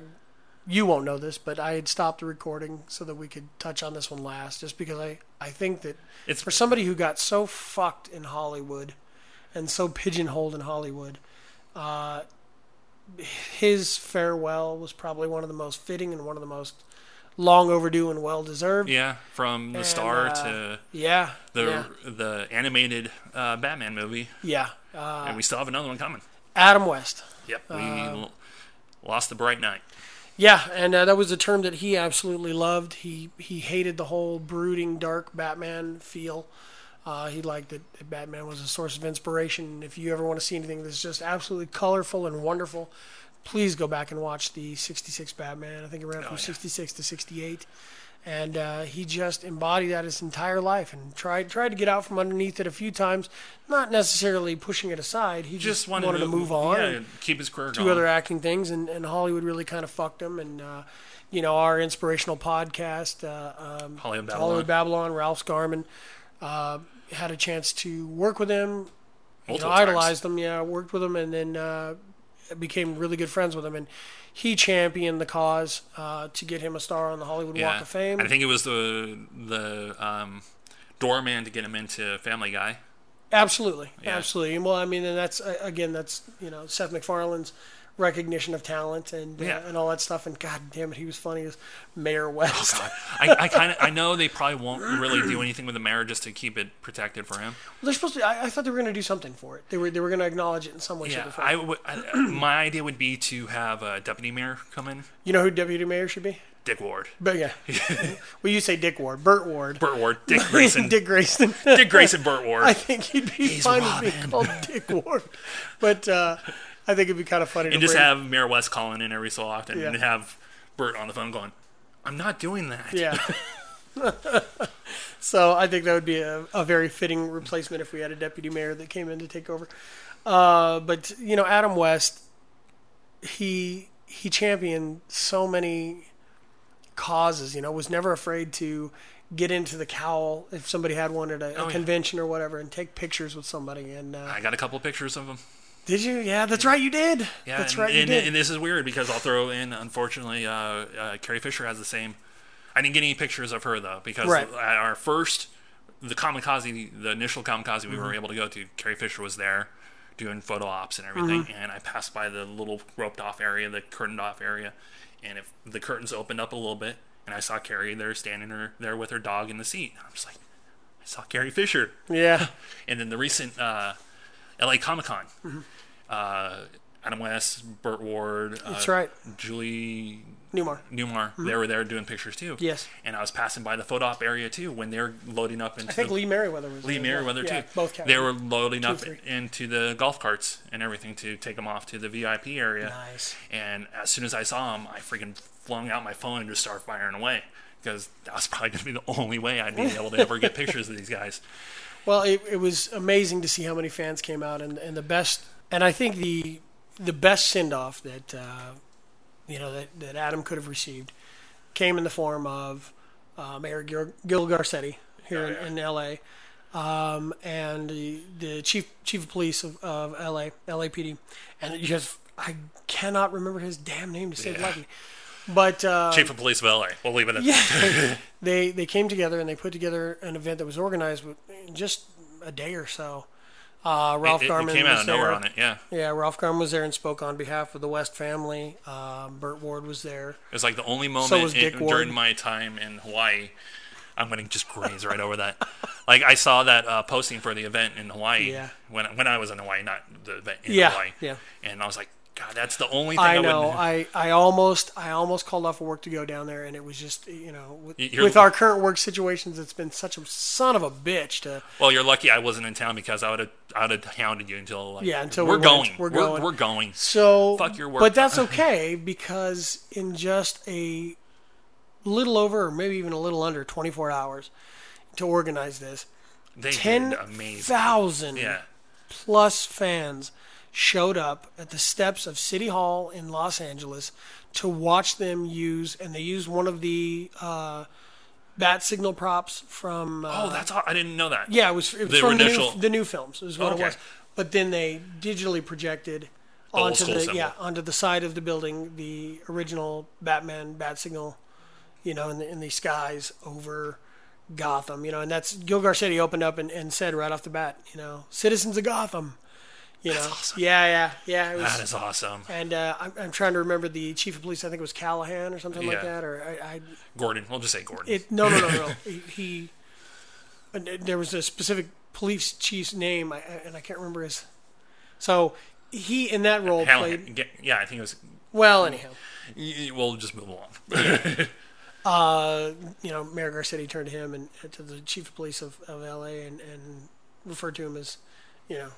Speaker 2: you won't know this, but I had stopped the recording so that we could touch on this one last, just because I I think that
Speaker 3: It's-
Speaker 2: for somebody who got so fucked in Hollywood and so pigeonholed in Hollywood, uh, his farewell was probably one of the most fitting and one of the most long overdue and well deserved.
Speaker 3: yeah, from the star
Speaker 2: uh,
Speaker 3: to
Speaker 2: Yeah.
Speaker 3: the
Speaker 2: yeah.
Speaker 3: the animated uh, Batman movie,
Speaker 2: Yeah. Uh,
Speaker 3: and we still have another one coming.
Speaker 2: Adam West.
Speaker 3: Yep, we
Speaker 2: Um,
Speaker 3: l- lost the Bright Knight.
Speaker 2: Yeah, and uh, that was a term that he absolutely loved. He he hated the whole brooding, dark Batman feel. Uh, he liked that, that Batman was a source of inspiration. If you ever want to see anything that's just absolutely colorful and wonderful, please go back and watch the '66 Batman. I think it ran from '66 to '68, and uh, he just embodied that his entire life and tried tried to get out from underneath it a few times, not necessarily pushing it aside. He just,
Speaker 3: Just wanted,
Speaker 2: to move on.
Speaker 3: Yeah,
Speaker 2: and-
Speaker 3: keep his career
Speaker 2: two
Speaker 3: going.
Speaker 2: other acting things, and, and Hollywood really kind of fucked him. And uh, you know, our inspirational podcast, uh, um,
Speaker 3: Hollywood Babylon.
Speaker 2: Hollywood Babylon, Ralph Garman, uh, had a chance to work with him, you know,
Speaker 3: Multiple times.
Speaker 2: idolized him, yeah, worked with him, and then uh, became really good friends with him. And he championed the cause uh, to get him a star on the Hollywood
Speaker 3: Yeah.
Speaker 2: Walk of Fame.
Speaker 3: I think it was the the um, doorman to get him into Family Guy.
Speaker 2: Absolutely,
Speaker 3: Yeah.
Speaker 2: absolutely. Well, I mean, and that's uh, again, that's you know Seth MacFarlane's recognition of talent and uh,
Speaker 3: Yeah. Oh,
Speaker 2: and all that stuff. And God damn it, he was funny as Mayor West.
Speaker 3: I, I kind of I know they probably won't really do anything with the marriage just to keep it protected for him.
Speaker 2: They're supposed to. I, I thought they were going to do something for it. They were they were going to acknowledge it in some way, shape,
Speaker 3: Yeah,
Speaker 2: or form.
Speaker 3: I, would- I- my idea would be to have a deputy mayor come in.
Speaker 2: you know who deputy mayor should be?
Speaker 3: Dick Ward.
Speaker 2: But yeah. well, you say Dick Ward, Burt Ward,
Speaker 3: Burt Ward. Dick Grayson. Dick,
Speaker 2: Dick Grayson.
Speaker 3: Grayson. Burt Ward.
Speaker 2: I think he'd be fine with being
Speaker 3: Robin.
Speaker 2: called Dick Ward, but uh, I think it'd be kind of funny
Speaker 3: and
Speaker 2: to
Speaker 3: just
Speaker 2: bring-
Speaker 3: have Mayor West calling in every so often,
Speaker 2: Yeah.
Speaker 3: and have Bert on the phone going, "I'm not doing that."
Speaker 2: Yeah. so I think that would be a, a very fitting replacement if we had a deputy mayor that came in to take over. Uh, but you know, Adam West, he he championed so many causes. You know, was never afraid to get into the cowl if somebody had one at a, a
Speaker 3: Oh, yeah.
Speaker 2: convention or whatever, and take pictures with somebody. And uh,
Speaker 3: I got a couple pictures of him.
Speaker 2: did you? Yeah, that's right, you did.
Speaker 3: Yeah,
Speaker 2: that's
Speaker 3: and,
Speaker 2: right, you
Speaker 3: and,
Speaker 2: did.
Speaker 3: and this is weird because I'll throw in, unfortunately, uh, uh, Carrie Fisher has the same. I didn't get any pictures of her though because
Speaker 2: Right.
Speaker 3: at our first, the kamikaze, the initial kamikaze we
Speaker 2: Mm-hmm.
Speaker 3: were able to go to, Carrie Fisher was there doing photo ops and everything,
Speaker 2: Mm-hmm.
Speaker 3: and I passed by the little roped off area, the curtained off area, and if the curtains opened up a little bit, and I saw Carrie there standing her, there with her dog in the seat, and I'm just like, I saw Carrie Fisher
Speaker 2: yeah,
Speaker 3: and then the recent uh, LA Comic Con.
Speaker 2: Mm-hmm.
Speaker 3: Uh, Adam West, Burt Ward, uh,
Speaker 2: That's right.
Speaker 3: Julie
Speaker 2: Newmar.
Speaker 3: Newmar, they were there doing pictures too.
Speaker 2: Yes.
Speaker 3: and I was passing by the photo op area too when they were loading up into
Speaker 2: I think
Speaker 3: the,
Speaker 2: Lee Merriweather was
Speaker 3: Lee
Speaker 2: there as well.
Speaker 3: Merriweather
Speaker 2: Yeah,
Speaker 3: too.
Speaker 2: Both counts.
Speaker 3: they were loading up
Speaker 2: three.
Speaker 3: into the golf carts and everything to take them off to the VIP area.
Speaker 2: Nice.
Speaker 3: And as soon as I saw him, I freaking flung out my phone and just started firing away because that was probably going to be the only way I'd be able to ever get pictures of these guys.
Speaker 2: Well, it, it was amazing to see how many fans came out, and, and the best, and I think the the best send off that uh, you know that, that Adam could have received came in the form of uh, Mayor Gil, Gil Garcetti here
Speaker 3: Oh, yeah.
Speaker 2: in, in L.A. Um, and the, the chief chief of police of, of L.A. LAPD, and you just I cannot remember his damn name to save
Speaker 3: Yeah.
Speaker 2: yeah. me, but uh,
Speaker 3: Chief of Police of LA. We'll leave it at that.
Speaker 2: yeah. they they came together and they put together an event that was organized with in just a day or so. Uh, Ralph
Speaker 3: it, it
Speaker 2: Garman
Speaker 3: came
Speaker 2: was
Speaker 3: out of nowhere
Speaker 2: there.
Speaker 3: on it. Yeah, it
Speaker 2: Yeah, Ralph Garman was there and spoke on behalf of the West family. Um, Burt Ward was there.
Speaker 3: was like the only moment
Speaker 2: was
Speaker 3: in-
Speaker 2: Dick Ward.
Speaker 3: during my time in Hawaii. I'm gonna just graze right over that. Like I saw that uh, posting for the event in Hawaii
Speaker 2: Yeah.
Speaker 3: when when I was in Hawaii, not the event in
Speaker 2: Yeah,
Speaker 3: Hawaii.
Speaker 2: yeah.
Speaker 3: And I was like, God, that's the only thing I,
Speaker 2: I know.
Speaker 3: would.
Speaker 2: I, I almost I almost called off of work to go down there, and it was just you know with,
Speaker 3: You're-
Speaker 2: with our current work situations, it's been such a son of a bitch to
Speaker 3: Well, you're lucky I wasn't in town because I would have I would have hounded you until like
Speaker 2: Yeah, until
Speaker 3: we're,
Speaker 2: we
Speaker 3: going.
Speaker 2: went. We're going.
Speaker 3: We're, going.
Speaker 2: So
Speaker 3: Fuck your work.
Speaker 2: But that's okay because in just a little over, or maybe even a little under, 24 hours to organize this,
Speaker 3: They did amazing.
Speaker 2: 10,000
Speaker 3: Yeah.
Speaker 2: plus fans showed up at the steps of City Hall in Los Angeles to watch them use, and they used one of the uh, bat signal props from. Uh,
Speaker 3: Oh, that's all. I didn't know that.
Speaker 2: yeah, it was, it was
Speaker 3: The
Speaker 2: from
Speaker 3: initial-
Speaker 2: the, new, the new films. Is what
Speaker 3: Okay.
Speaker 2: it was. But then they digitally projected
Speaker 3: old
Speaker 2: onto
Speaker 3: school
Speaker 2: the
Speaker 3: symbol.
Speaker 2: yeah onto the side of the building the original Batman bat signal, you know, in the in the skies over Gotham, you know, and that's Gil Garcetti opened up and, and said right off the bat, you know, citizens of Gotham, you know,
Speaker 3: awesome.
Speaker 2: yeah, yeah, yeah, it was,
Speaker 3: That is awesome.
Speaker 2: and uh, I'm, I'm trying to remember the chief of police. I think it was Callahan or something
Speaker 3: Yeah.
Speaker 2: like that, or I, I
Speaker 3: Gordon. We'll just say Gordon.
Speaker 2: it no no no no. he, he and there was a specific police chief's name, I, I- and I can't remember his. So he in that role played
Speaker 3: Callahan. Ge- Yeah, I think it was.
Speaker 2: well. Anyhow,
Speaker 3: y- y- We'll just move along.
Speaker 2: uh, you know, Mayor Garcetti turned to him and uh, to the chief of police of, of L.A. and and referred to him as, you know.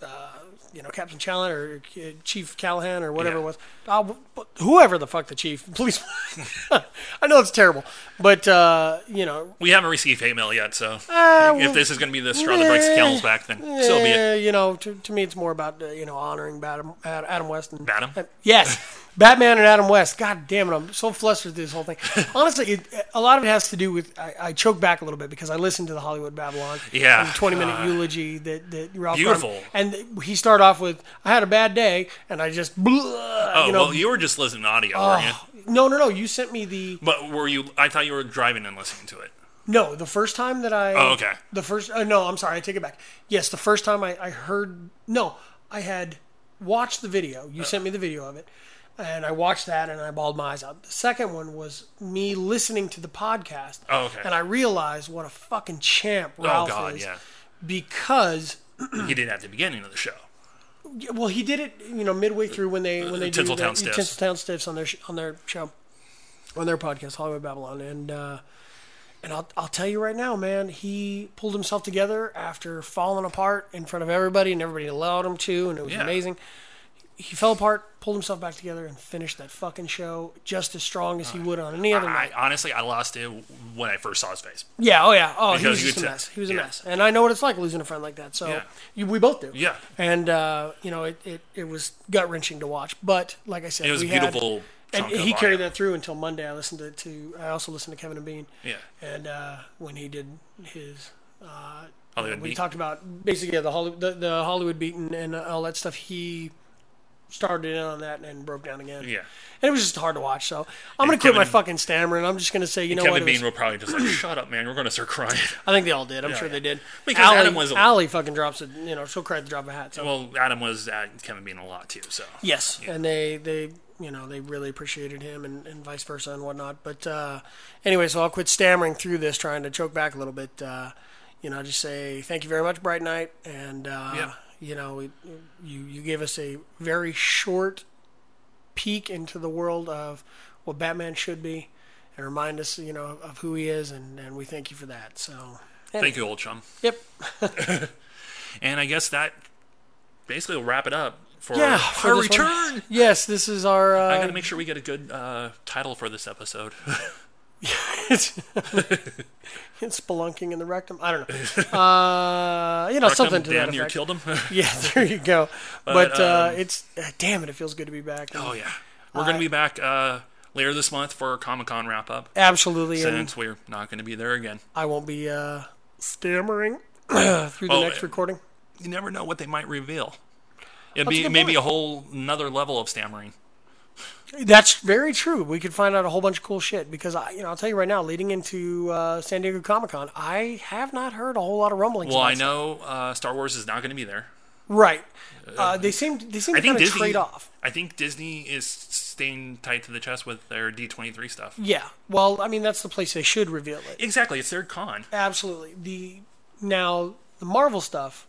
Speaker 2: Uh, you know, Captain Challen or uh, Chief Callahan or whatever
Speaker 3: Yeah.
Speaker 2: it was, uh, wh- whoever the fuck the chief, police. I know it's terrible, but uh, you know,
Speaker 3: We haven't received hate mail yet, so
Speaker 2: Uh,
Speaker 3: if
Speaker 2: well,
Speaker 3: this is going to be the straw that breaks the camel's back, then so be it.
Speaker 2: Eh, You know, to, to me, it's more about uh, you know honoring Adam, Ad- Adam West and
Speaker 3: Adam?
Speaker 2: uh, yes, Batman and Adam West. God damn it, I'm so flustered through this whole thing. Honestly, it, a lot of it has to do with I, I choke back a little bit because I listened to the Hollywood Babylon,
Speaker 3: Yeah,
Speaker 2: and the 20 minute
Speaker 3: uh,
Speaker 2: eulogy that that Ralph
Speaker 3: Beautiful.
Speaker 2: Garman- and he started off with I had a bad day and I just blah,
Speaker 3: Oh
Speaker 2: you know. Oh.
Speaker 3: well, you were just listening to audio, weren't you?
Speaker 2: no, no, no! You sent me the
Speaker 3: But were you? I thought you were driving and listening to it.
Speaker 2: no. The first time that I
Speaker 3: Oh, okay.
Speaker 2: The first, uh, no, I'm sorry, I take it back. Yes, the first time I, I heard, no, I had watched the video. You sent me the video of it, and I watched that and I bawled my eyes out. The second one was me listening to the podcast.
Speaker 3: Oh, okay. Oh,
Speaker 2: And I realized what a fucking champ Ralph
Speaker 3: God,
Speaker 2: is.
Speaker 3: yeah.
Speaker 2: Because,
Speaker 3: You did at the beginning of the show.
Speaker 2: well, he did it, you know, midway through when they when they do
Speaker 3: Uh, Tinseltown
Speaker 2: the-
Speaker 3: Stiffs.
Speaker 2: Tinseltown Stiffs on their sh- on their show. on their podcast, Hollywood Babylon, and uh, and I'll I'll tell you right now, man, he pulled himself together after falling apart in front of everybody, and everybody allowed him to, and it was
Speaker 3: Yeah.
Speaker 2: amazing. He fell apart, pulled himself back together, and finished that fucking show just as strong as he would on any other night.
Speaker 3: Uh, I honestly, I lost it when I first saw his face.
Speaker 2: Yeah, oh yeah, oh he
Speaker 3: Because
Speaker 2: was
Speaker 3: you
Speaker 2: just a
Speaker 3: could tell-
Speaker 2: mess. He was a
Speaker 3: yeah.
Speaker 2: mess, and I know what it's like losing a friend like that. So
Speaker 3: Yeah.
Speaker 2: you, we both do.
Speaker 3: Yeah.
Speaker 2: and uh, you know it, it, it was gut wrenching to watch, but like I said,
Speaker 3: It was a
Speaker 2: we had-
Speaker 3: beautiful
Speaker 2: and
Speaker 3: chunk of
Speaker 2: he carried
Speaker 3: art.
Speaker 2: that through until Monday. I listened to, to I also listened to Kevin and Bean.
Speaker 3: Yeah.
Speaker 2: and uh, when he did his, uh,
Speaker 3: Hollywood
Speaker 2: we
Speaker 3: Beat.
Speaker 2: talked about basically yeah, the, Hollywood, the the Hollywood beat and, and all that stuff. He started in on that and broke down again.
Speaker 3: Yeah.
Speaker 2: and it was just hard to watch. So I'm gonna quit
Speaker 3: Kevin-
Speaker 2: my fucking stammer and I'm just gonna say you know
Speaker 3: Kevin
Speaker 2: what. it was-
Speaker 3: Bean will probably just like, shut up, man. We're going to start crying.
Speaker 2: I think they all did. I'm sure
Speaker 3: yeah.
Speaker 2: they did.
Speaker 3: Because
Speaker 2: Allie,
Speaker 3: Adam was a-
Speaker 2: Allie fucking drops it. You know, she'll cry at the drop of a hat. So
Speaker 3: well, Adam was at Kevin Bean a lot too, so.
Speaker 2: yes, and they they you know they really appreciated him and, and vice versa and whatnot. But uh, anyway, so I'll quit stammering through this, trying to choke back a little bit. Uh, you know, just say thank you very much, Bright Night, and uh,
Speaker 3: Yeah.
Speaker 2: you know, it, you you gave us a very short peek into the world of what Batman should be. And remind us, you know, of who he is, and, and we thank you for that. So,
Speaker 3: Thank you, old chum.
Speaker 2: yep,
Speaker 3: And I guess that basically will wrap it up for
Speaker 2: Yeah,
Speaker 3: our
Speaker 2: for this one.
Speaker 3: return.
Speaker 2: Yes, this is our. Uh,
Speaker 3: I gotta make sure we get a good uh, title for this episode.
Speaker 2: it's, uh, it's spelunking in the rectum. I don't know. Uh, you know something to
Speaker 3: damn
Speaker 2: that
Speaker 3: near
Speaker 2: effect.
Speaker 3: killed him.
Speaker 2: Yeah, there you go. But, uh,
Speaker 3: um,
Speaker 2: it's uh, damn it, it feels good to be back.
Speaker 3: oh yeah, we're gonna be back uh, later this month for our Comic Con wrap up.
Speaker 2: Absolutely, and
Speaker 3: Since we're not gonna be there again,
Speaker 2: I won't be uh, stammering through the
Speaker 3: Well,
Speaker 2: next
Speaker 3: uh,
Speaker 2: recording.
Speaker 3: you never know what they might reveal. It'd
Speaker 2: a
Speaker 3: be
Speaker 2: good
Speaker 3: maybe
Speaker 2: point.
Speaker 3: a whole another level of stammering.
Speaker 2: That's very true. We could find out a whole bunch of cool shit because I, you know, I'll tell you right now, leading into uh, San Diego Comic Con, I have not heard a whole lot of rumblings.
Speaker 3: Well,
Speaker 2: about
Speaker 3: I
Speaker 2: stuff.
Speaker 3: know uh, Star Wars is not gonna be there.
Speaker 2: right? Uh, they seem they seem
Speaker 3: I
Speaker 2: to
Speaker 3: think
Speaker 2: kind of
Speaker 3: Disney.
Speaker 2: trade off.
Speaker 3: I think Disney is staying tight to the chest with their D twenty three stuff.
Speaker 2: Yeah. Well, I mean, that's the place they should reveal it.
Speaker 3: Exactly, it's their con.
Speaker 2: Absolutely. The now the Marvel stuff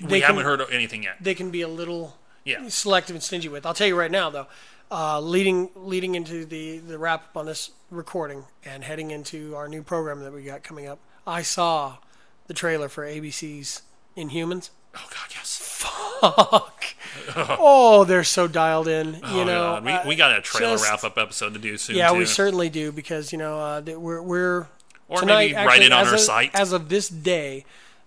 Speaker 3: we
Speaker 2: can-
Speaker 3: haven't heard anything yet.
Speaker 2: they can be a little
Speaker 3: Yeah.
Speaker 2: selective and stingy with. I'll tell you right now though, uh, leading leading into the the wrap up on this recording and heading into our new program that we got coming up, I saw the trailer for ABC's Inhumans.
Speaker 3: Oh God, yes.
Speaker 2: Fuck. oh, they're so dialed in. You know,
Speaker 3: Oh, God. we,
Speaker 2: uh,
Speaker 3: we got a trailer
Speaker 2: just-
Speaker 3: wrap up episode to do soon.
Speaker 2: Yeah, we
Speaker 3: too.
Speaker 2: certainly do because you know uh, that we're we're
Speaker 3: Or
Speaker 2: tonight.
Speaker 3: maybe
Speaker 2: actually,
Speaker 3: write it on
Speaker 2: as
Speaker 3: our
Speaker 2: of,
Speaker 3: site.
Speaker 2: as of this day.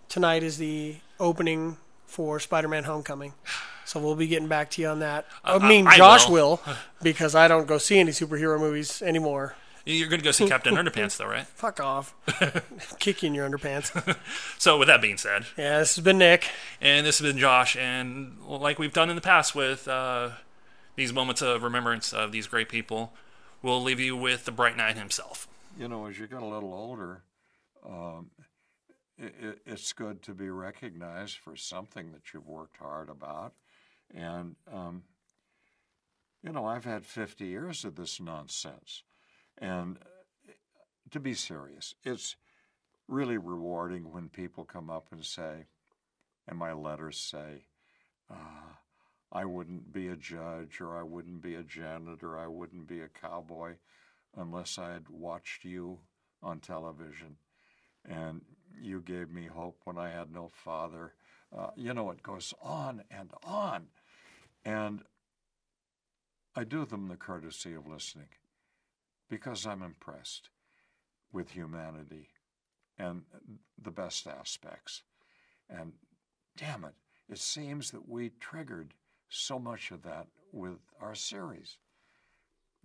Speaker 2: Tonight is the opening for Spider-Man: Homecoming, so we'll be getting back to you on that. I mean,
Speaker 3: I
Speaker 2: Josh
Speaker 3: will.
Speaker 2: will. because I don't go see any superhero movies anymore.
Speaker 3: You're going to go see Captain Underpants, though, right?
Speaker 2: Fuck off, kick you in your underpants.
Speaker 3: So, with that being said,
Speaker 2: Yeah, this has been Nick.
Speaker 3: and this has been Josh, and like we've done in the past with uh, these moments of remembrance of these great people, we'll leave you with the Bright Knight himself.
Speaker 4: you know, as you get a little older, um, it, it, it's good to be recognized for something that you've worked hard about. And, um, you know, I've had 50 years of this nonsense. And uh, to be serious, it's really rewarding when people come up and say, and my letters say, "Ah, I wouldn't be a judge, or I wouldn't be a janitor, I wouldn't be a cowboy unless I had watched you on television. And you gave me hope when I had no father. Uh, you know, it goes on and on. And I do them the courtesy of listening because I'm impressed with humanity and the best aspects. And damn it, it seems that we triggered so much of that with our series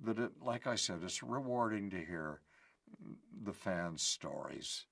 Speaker 4: that it, like I said, it's rewarding to hear the fans' stories